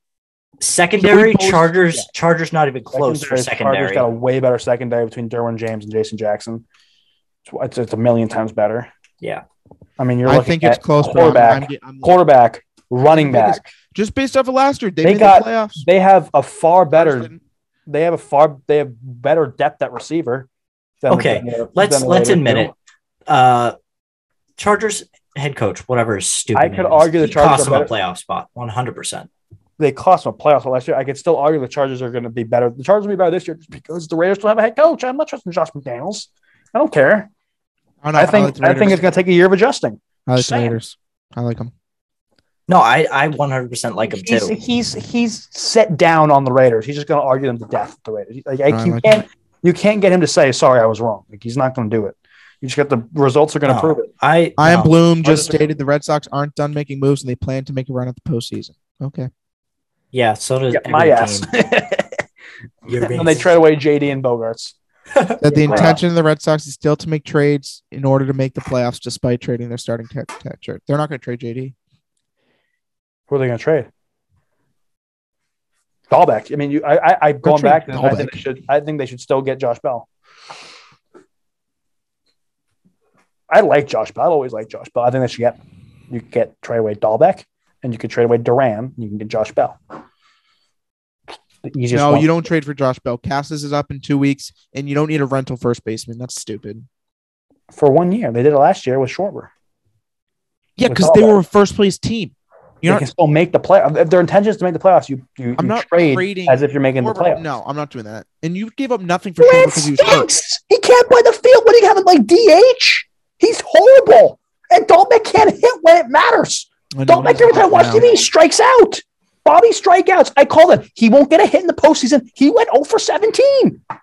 Secondary Joey Bosa- Chargers. yeah. Chargers not even close for Chargers secondary. got a way better secondary between Derwin James and Jason Jackson. It's, it's, it's a million times better. Yeah. I mean, you're I looking think at it's close, but I'm- quarterback, I'm, I'm, quarterback, running Biggest- back. just based off of last year, they, They made got the playoffs. They have a far better. They have a far. They have better depth at receiver. Than Okay, than the- let's than the let's Raiders admit do. it. Uh, Chargers head coach, whatever is stupid. I could argue the Chargers cost are them a better- playoff spot, one hundred percent. They cost them a playoff spot last year. I could still argue the Chargers are going to be better. The Chargers will be better this year just because the Raiders don't have a head coach. I'm not trusting Josh McDaniels. I don't care. I, don't know, I think I think it's going to take a year of adjusting. I like the Sam. Raiders. I like them. No, I I one hundred percent like him he's, too. He's he's set down on the Raiders. He's just going to argue them to death with the Raiders. Like, like, I you like can't you can't get him to say sorry, I was wrong. Like he's not going to do it. You just got the results are going to No. prove it. I I am no. Bloom Others just are- stated the Red Sox aren't done making moves and they plan to make a run at the postseason. Okay. Yeah, so does Yeah, my every ass. team. You're being- and they trade away JD and Bogarts. That the Yeah. intention of the Red Sox is still to make trades in order to make the playoffs despite trading their starting catcher. They're not going to trade JD. Who are they going to trade? Dahlbeck. I mean, you, I, I, I going back. trading to this, I think Dahlbeck. they should. I think they should still get Josh Bell. I like Josh Bell. I always like Josh Bell. I think they should get. You could get trade away Dahlbeck, and you could trade away Duran. And you can get Josh Bell. The easiest. No, one. you don't trade for Josh Bell. Cassis is up in two weeks and you don't need a rental first baseman. That's stupid. for one year. They did it last year with Schwarber. Yeah, With because all they that. were a first place team. You You're they not can still make the play. If their intention is to make the playoffs, you you, I'm you not trade trading as if you're making the Or- playoffs. No, I'm not doing that. And you gave up nothing for Oh, Schwarber because he was hurt. He can't play the field. What do you have him like DH? He's horrible. And Dolbeck can't hit when it matters. I know Dolbeck he's every time I hurt watch now. TV, he strikes out. Bobby strikeouts. I call it. He won't get a hit in the postseason. He went 0 for 17. I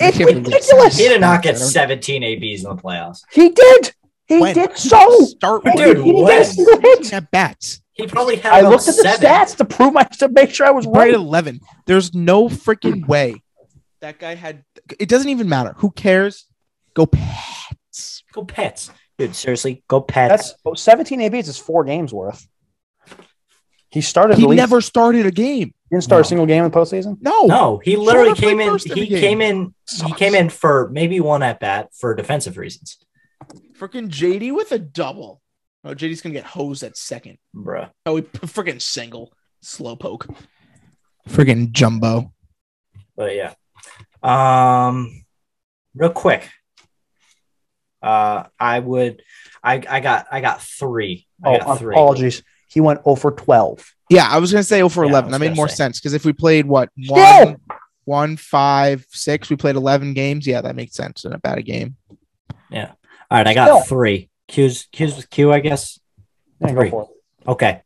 It's can't believe it's- ridiculous. He did not get I don't- seventeen ABs in the playoffs. He did. He When? did so. Start He with Dude, didn't get a when? single hit. at bats. He probably had. I about looked at the seven. stats to prove my to make sure I was Right right. at 11. There's no freaking way that guy had. It doesn't even matter. Who cares? Go Pats. Go Pets, dude. Seriously, go Pets. That's 17 ABs is four games worth. He started. He at least- never started a game. he didn't start No. a single game in the postseason. No. No, he literally Schroeder played came in. first every He game. came in. He came in for maybe one at bat for defensive reasons, Freaking JD with a double. Oh, JD's gonna get hosed at second. bruh. Oh, he freaking single. Slowpoke. Friggin' jumbo. But yeah, um, real quick, uh, I would, I, I got, I got three. I Oh, got three. apologies. He went 0 for 12. Yeah, I was gonna say 0 for Yeah, I 11. was That made gonna more say. sense because if we played what one, Yeah. one, five, six, we played 11 games. Yeah, that makes sense in about a game. All right, I Still. got three. Q's, Q's with Q, I guess. Yeah, go Great. for it. Okay,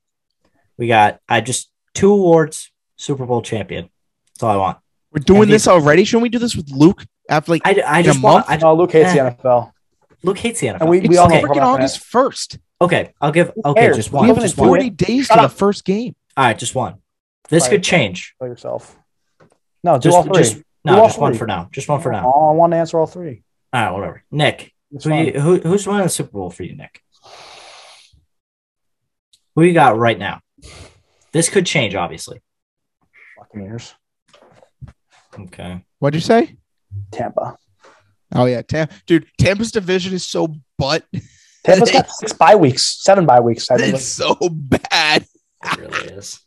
we got. I just two awards. Super Bowl champion. That's all I want. We're doing doing And this. this- This already? Shouldn't we do this with Luke after like I, I In just a want. month? I, No, Luke hates Eh. the NFL. Luke hates the NFL. And we, it's we all know okay. about freaking that. August 1st? okay, I'll give. Okay, cares? just We one. We haven't have Just enjoyed one. it. 40 days Shut to the up. first game. All right, just one. This Fine. could change. Kill yourself. No, do all Just, three. just no, Do all just one three. for now. Just one for now. All Oh, I want to answer all three. right, whatever. Nick, It's who, fine. you, who who's winning the Super Bowl for you, Nick? Who you got right now? This could change, obviously. Buccaneers. Okay. What'd you say? Tampa. Oh yeah, Tam- dude, Tampa's division is so butt. Tampa's got six bye weeks, seven bye weeks. I think. It's so bad. It really is.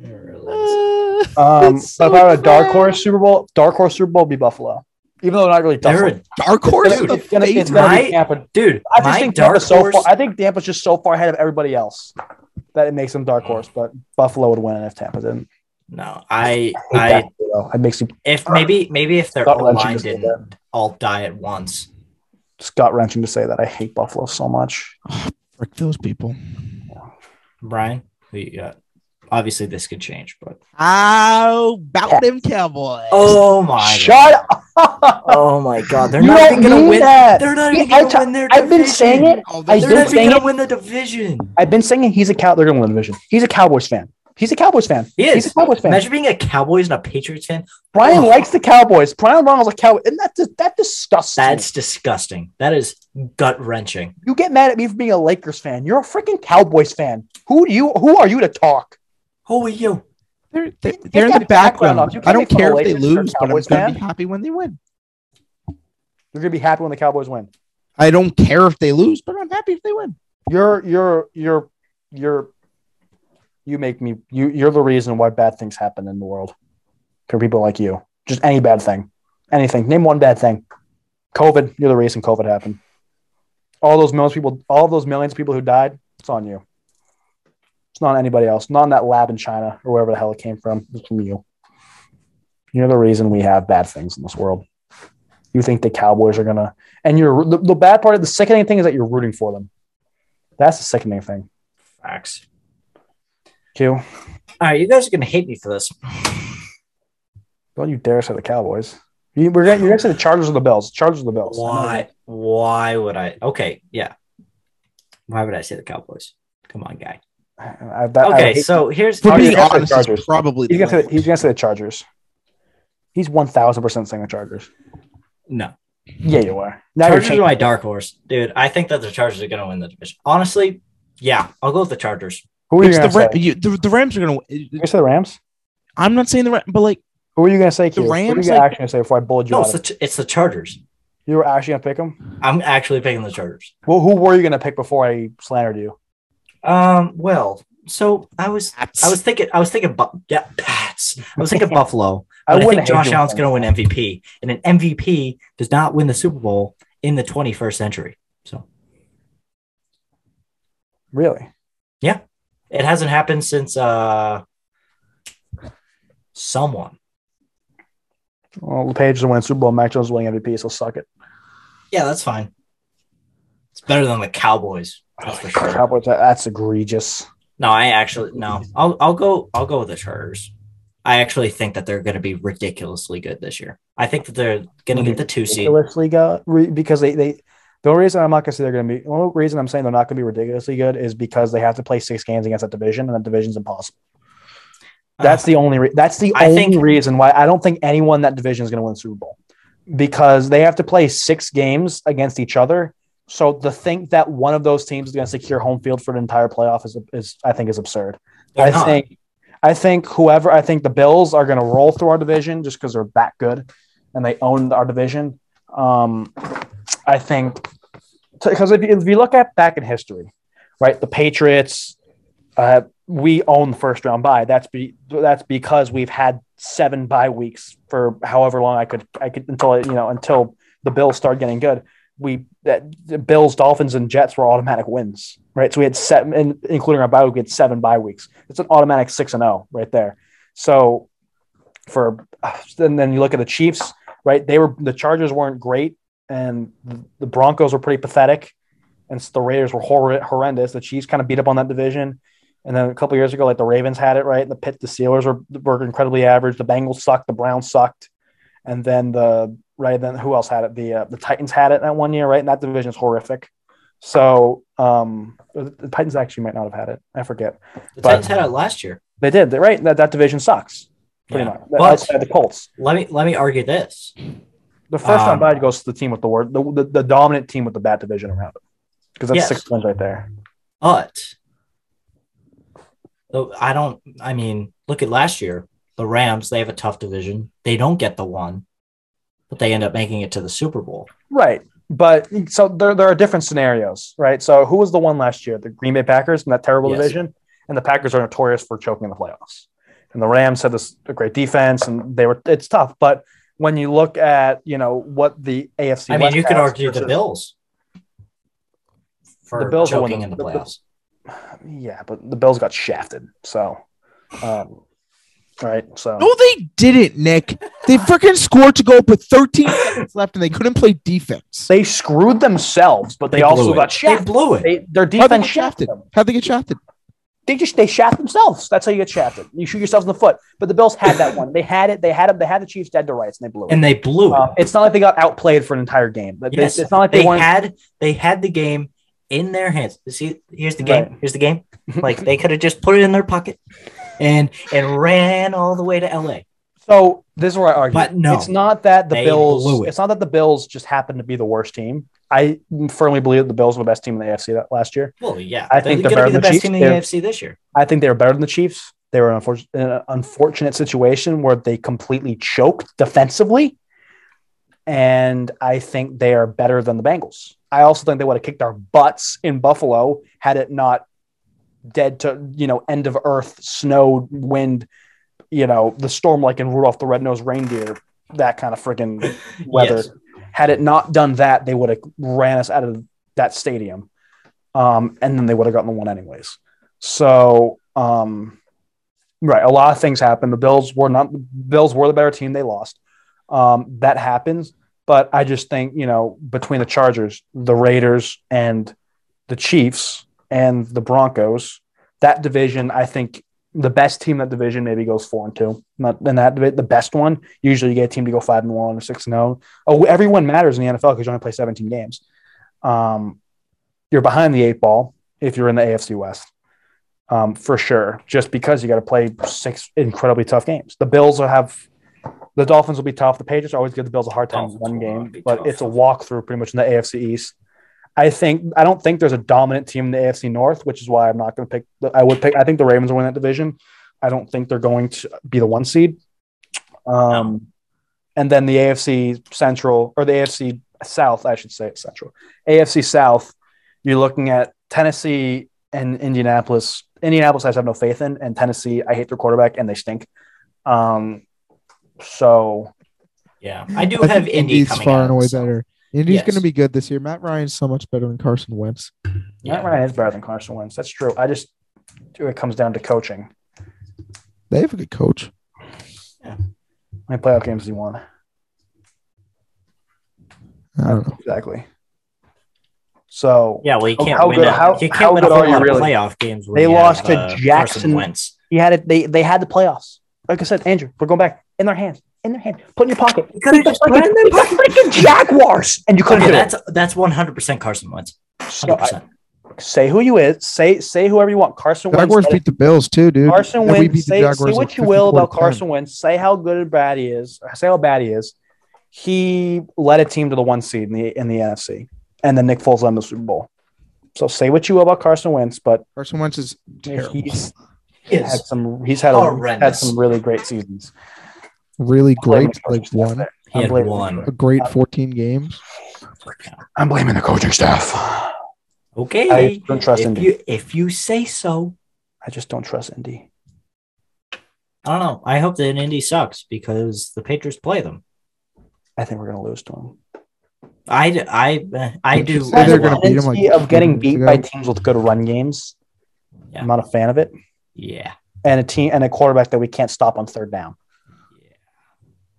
It really is. Uh, Um, It's but if so I had a dark bad. horse Super Bowl, dark horse Super Bowl would be Buffalo. Even though they're not really They're Buffalo. a, dark horse. It's Dude, the gonna, it's gonna, it's favorite. gonna My- be Tampa. dude, I just my think dark Tampa's so horse. far. I think Tampa's just so far ahead of everybody else that it makes them dark horse. But Buffalo would win if Tampa didn't. no, I I hate I that, you know. It makes you if maybe maybe if their Scott O Lynch line just did didn't all die at once. gut wrenching to say that I hate Buffalo so much. Frick those people. Brian, who you got? Obviously, this could change, but How about them Cowboys? oh my Shut up! Oh my god, they're You not don't even gonna mean win. that. They're not See, even gonna I t- win their I've been division. saying it. Oh, they're I They're not don't gonna- even think- gonna win the division. I've been saying he's a cow. They're gonna win the division. He's a Cowboys fan. He's a Cowboys fan. He He's is. a Cowboys fan. Imagine being a Cowboys and a Patriots fan. Brian Oh. likes the Cowboys. Brian Ronald's a Cowboy, and that dis- that disgusts That's disgusting. That is gut wrenching. me. You get mad at me for being a Lakers fan. You're a freaking Cowboys fan. Who do you? Who are you to talk? Who are you? They're, they, Take they're in the that background background. off. You I can't don't be care if full they of Lakers lose, or but I'm Cowboys gonna be fan. happy when they win. You're gonna be happy when the Cowboys win. I don't care if they lose, but I'm happy if they win. You're you're you're you're you make me you you're the reason why bad things happen in the world. For people like you, just any bad thing, anything. Name one bad thing. COVID. You're the reason COVID happened. All those millions of people, all those millions of people who died. It's on you. It's not on anybody else. Not on that lab in China or wherever the hell it came from. It's from you. You're the reason we have bad things in this world. You think the Cowboys are gonna, and you're the, the bad part of the sickening thing is that you're rooting for them. That's the sickening thing. Facts. Q, All right, you guys are gonna hate me for this. don't you dare say the Cowboys. You, we're gonna, you're gonna say the Chargers or the Bills. Chargers or the Bills. Why? Why would I? Okay, yeah. Why would I say the Cowboys? Come on, guy. I, I, that, I Okay, hate- so here's For Probably being the Chargers. honest, it's Chargers. probably he's the gonna, say, Lakers. he's gonna say the Chargers. He's one thousand percent saying the Chargers. no. Yeah, you are. Now Chargers you're are my dark horse, dude. I think that the Chargers are gonna win the division. Honestly, yeah, I'll go with the Chargers. Who are you It's gonna the, say? Ra- you, the, the Rams are going you to. gonna say the Rams? I'm not saying the Rams, but like, Who are you gonna say? Q? The Who are you Rams, gonna like- actually gonna say before I bullet you No, out? it's of the ch- it? it's the Chargers. You were actually gonna pick him. I'm actually picking the Chargers. Well, who were you gonna pick before I slandered you? Um, well, so I was I was thinking I was thinking bu- yeah, Pats. I was thinking Buffalo. I But I, wouldn't think hate Josh you Allen's if going to win MVP, and an MVP does not win the Super Bowl in the 21st century. So Really? it hasn't happened since uh, someone. Well, LePage is winning Super Bowl. Mac Jones is winning MVP. So suck it. Yeah, that's fine. It's better than the Cowboys. That's Oh, Oh, for sure. Cowboys. that- That's egregious. No, I actually no. I'll I'll go I'll go with the Chargers. I actually think that they're going to be ridiculously good this year. I think that they're going to get the two seed. ridiculously good re- because they they the only reason I'm not gonna say they're gonna be the only reason I'm saying they're not gonna be ridiculously good is because they have to play six games against that division and that division's impossible. Uh, That's the only re- that's the I only think- reason why I don't think anyone in that division is gonna win the Super Bowl because they have to play six games against each other. So to think that one of those teams is gonna secure home field for the entire playoff is is I think is absurd. They're I not. think I think whoever I think the Bills are going to roll through our division just because they're that good and they own our division. Um, I think because if, if you look at back in history, right, the Patriots, uh, we own the first round bye. That's be that's because we've had seven bye weeks for however long I could I could until you know until the Bills started getting good. We that the Bills, Dolphins, and Jets were automatic wins, right? So we had seven, and including our bye week, we had seven bye weeks. It's an automatic six and zero right there. So for and then you look at the Chiefs, right? They were the Chargers weren't great, and the Broncos were pretty pathetic, and the Raiders were hor- horrendous. The Chiefs kind of beat up on that division. And then a couple years ago, like the Ravens had it right, and the Pit, the Steelers were, were incredibly average. The Bengals sucked, the Browns sucked, and then the right then who else had it? The uh, the Titans had it that one year, right? And that division is horrific. So um, the the Titans actually might not have had it. I forget. The But- Titans had it last year. They did they're right. That that division sucks pretty Yeah. much. But- Outside the Colts, Let me let me argue this. the first Um, round bye goes to the team with the word the, the, the dominant team with the bad division around it because that's Yes. six wins right there. But though I don't. I mean, look at last year. The Rams. They have a tough division. They don't get the one, but they end up making it to the Super Bowl. Right. But so there, there are different scenarios, right? So who was the one last year? The Green Bay Packers in that terrible Yes. division. And the Packers are notorious for choking in the playoffs. And the Rams had this a great defense and they were it's tough. But when you look at, you know, what the AFC I mean, West you could has argue the versus- Bills for The Bills are one choking of in the the- the- playoffs. Yeah, but the Bills got shafted. So um right. So No, they didn't, Nick. They freaking scored to go up with 13 seconds left, and they couldn't play defense. they screwed themselves, but they, blew also it. got They shafted. blew it. They, their How'd they get defense shafted shafted? them. How'd they get shafted? they just they shaft themselves. That's how you get shafted. You shoot yourselves in the foot. But the Bills had that one. They had it. They had them. They had the Chiefs dead to rights, and they blew it. and they blew it. Um, it's not like they got outplayed for an entire game. But they- Yes, it's not like they, they weren't. had they had the game in their hands. See, here's the game. Right. Here's the game. Like they could have just put it in their pocket and and ran all the way to LA. so this is where I argue. But no, it's not that the they Bills. blew it. It's not that the Bills just happened to be the worst team. I firmly believe that the Bills were the best team in the AFC that last year. Well, yeah, I think they're they're going to be the better than the best Chiefs. team in the They're- AFC this year. I think they were better than the Chiefs. They were in an unfortunate, in an unfortunate situation where they completely choked defensively. And I think they are better than the Bengals. I also think they would have kicked our butts in Buffalo had it not dead to, you know, end of earth, snow, wind, you know, the storm like in Rudolph the Red-Nosed Reindeer, that kind of freaking weather. Yes. Had it not done that, they would have ran us out of that stadium. Um, and then they would have gotten the one anyways. So, um, right, a lot of things happened. The Bills were not the Bills were the better team. They lost. Um, that happens, but I just think you know between the Chargers, the Raiders, and the Chiefs and the Broncos, that division, I think the best team in that division maybe goes four and two. Not in that divi- the best one. Usually, you get a team to go five and one or six and zero. Oh, every win matters in the NFL because you only play seventeen games. Um, you're behind the eight ball if you're in the AFC West um, for sure, just because you got to play six incredibly tough games. The Bills will have the Dolphins will be tough. The Patriots always give the Bills a hard time in Dolphins one will game, not be but tough. it's a walkthrough pretty much in the AFC East. I think I don't think there's a dominant team in the AFC North, which is why I'm not going to pick. The, I would pick. I think the Ravens will win that division. I don't think they're going to be the one seed. Um, and then the AFC Central or the AFC South, I should say, it's Central. AFC South, you're looking at Tennessee and Indianapolis. Indianapolis, I just have no faith in, and Tennessee, I hate their quarterback and they stink. Um, so Yeah, I do I have think Indy Indy's coming far out and away so- better. Indy's Yes. going to be good this year. Matt Ryan's so much better than Carson Wentz. Yeah. Matt Ryan is better than Carson Wentz. That's true. I just it comes down to coaching. They have a good coach. How many playoff games do you want? I don't know. Exactly. So Yeah, well, you How- can't how win. good- a, how- you how can't win a good whole are you lot really? of playoff games. When They you have, lost to uh, Carson Jackson- Wentz. you had it. They they had the playoffs. Like I said, Andrew, we're going back in their hands, in their hand, put it in your pocket. You could've just put it in their It's the freaking Jaguars, and you couldn't Okay, do it. that's that's one hundred percent Carson Wentz. So Hundred I- percent. say who you is. Say say whoever you want. Carson Wentz. Jaguars beat the Bills too, dude. Carson And we Wentz. beat the Say, say Jaguars, what like, you will about 54 to 10. Carson Wentz. Say how good or bad he is. Say how bad he is. He led a team to the one seed in the in the NFC, and then Nick Foles won the Super Bowl. So say what you will about Carson Wentz, but Carson Wentz is terrible. he's had is some. He's had a, had Horrendous. some really great seasons. Really great, Blaming like coaching staff one, there. he I'm had blaming- one. a great 14 games. I'm blaming the coaching staff. Okay. I don't trust if Indy. you if you say so. I just don't trust Indy. I don't know. I hope that Indy sucks because the Patriots play them. I think we're going to lose to him. I d- I I do. Say as they're well. gonna beat him like Tendency of getting two beat minutes by ago. teams with good run games. Yeah. I'm not a fan of it. Yeah. And a team and a quarterback that we can't stop on third down. Yeah.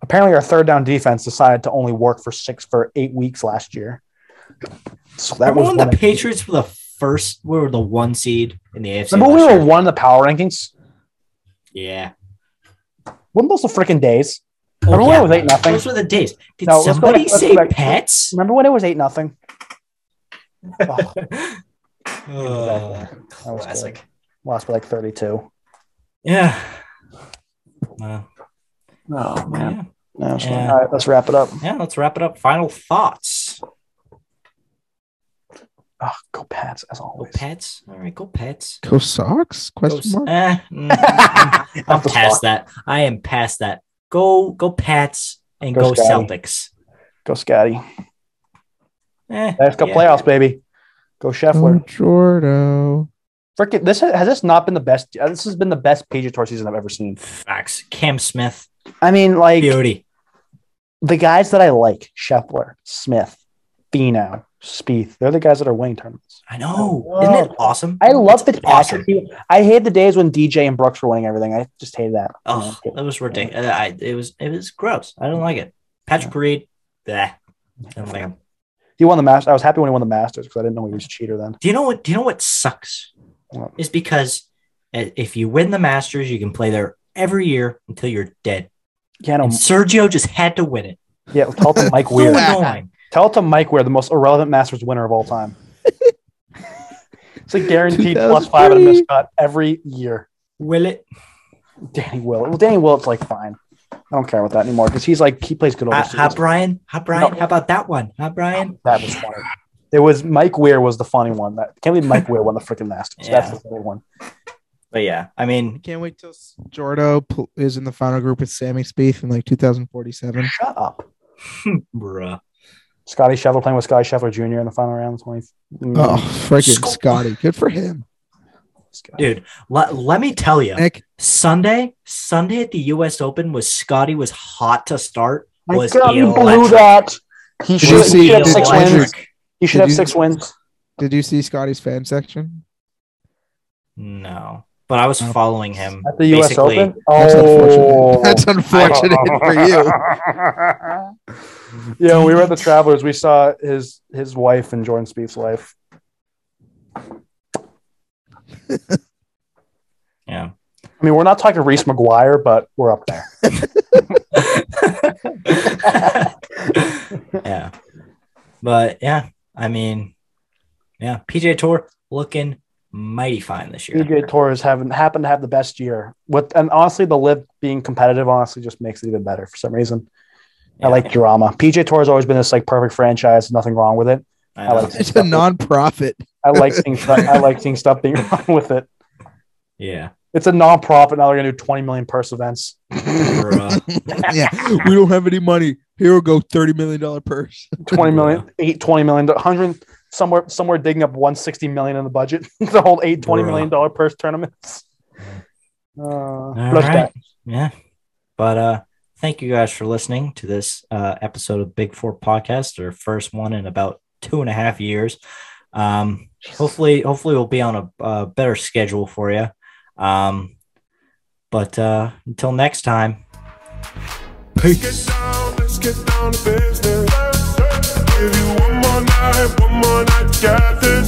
Apparently, our third down defense decided to only work for six for eight weeks last year. So that Remember was when one the of- Patriots were the first? We were the one seed in the AFC. Remember we last were year? one in the power rankings. Yeah. When those the freaking days? Remember Oh, when yeah. it was eight nothing? Those were the days. Did No, let's go somebody back- let's say go back. pets? Remember when it was eight nothing? Uh, was classic. Lost by like thirty-two. Yeah. Uh, Oh yeah. No, it's not. Yeah. All right, let's wrap it up. Yeah. Let's wrap it up. Final thoughts. Oh, go Pats as Go always. pets. All right. Go pets. Go Sox? Go, Question mark. eh, mm. I'm past that. I am past that. Go go Pats and Go go, Scotty. Celtics. Go Scotty. Eh, Let's go yeah. Mm. playoffs, baby. Go Oh, Scheffler. Jordo. Frickin' this has this not been the best. uh, This has been the best PGA Tour season I've ever seen. Facts. Cam Smith. I mean, like Beauty. the guys that I like: Scheffler, Smith, Finau, Spieth. They're the guys that are winning tournaments. I know. Isn't that awesome? Oh, I love It's the I hate the days when DJ and Brooks were winning everything. I just hated that. Oh, that was ridiculous. I, it was it was gross. I don't like it. Patrick Reed. Bleh. I don't like him. He won the Masters. I was happy when he won the Masters because I didn't know he was a cheater then. Do you know what? Do you know what sucks? What? Is because i- if you win the Masters, you can play there every year until you're dead. Yeah, no, And Sergio just had to win it. yeah. Tell it to Mike So Weir. annoying. Tell it to Mike Weir, the most irrelevant Masters winner of all time. it's a guaranteed plus five and a missed cut every year. Will it? Danny Will. Well, Danny Willett's like fine. I don't care about that anymore because he's like he plays good Hi, overseas. hi, Brian. Hi, Brian. No. How about that one? Hi, Brian. that was funny. It was Mike Weir was the funny one. That can't believe Mike Weir won the freaking Masters. That's Yeah. the funny one. But yeah, I mean, Can't wait till Jordo pl- is in the final group with Sammy Spieth in like 2047. Shut up. bruh. Scotty Scheffler playing with Scotty Scheffler Jr. in the final round. Twenty. Oh, Mm, freaking Sco- Scotty. Good for him. Scotty. dude, let, let me tell you, Nick, Sunday, Sunday at the U.S. Open was Scotty was hot to start. My was God, he blew electric. that. He Did should, you he see- should have did- six did you- wins. He should did have you- six wins. did you see Scotty's fan section? No, but I was Oh. following him At the U.S. Basically. Open. That's Oh, unfortunate. That's unfortunate for you. you. yeah, when we were at the Travelers. We saw his his wife and Jordan Spieth's wife. Yeah. I mean, we're not talking Reese McGuire, but we're up there. yeah. But yeah, I mean, yeah, PJ Tour looking mighty fine this year. PJ Tour is having happened to have the best year. With and honestly, the live being competitive honestly just makes it even better for some reason. Yeah. I like drama. PJ Tour has always been this like perfect franchise. Nothing wrong with it. I I know. like- It's a non-profit. I like seeing stuff. I like seeing stuff being wrong with it. yeah. It's a nonprofit. Now they're gonna do twenty million purse events. Bruh. yeah, we don't have any money. Here we go, thirty million dollar purse. 20 million, eight, 20 million, 100, somewhere, somewhere digging up 160 million in the budget to hold eight, 20 million dollar purse tournaments. Uh, no right. stat. Yeah. But uh thank you guys for listening to this uh episode of Big Four Podcast, our first one in about two and a half years. Um hopefully hopefully we'll be on a, a better schedule for you. Um but uh until next time. Let's get down, let's get down to business. Give you one more night, one more night, got this.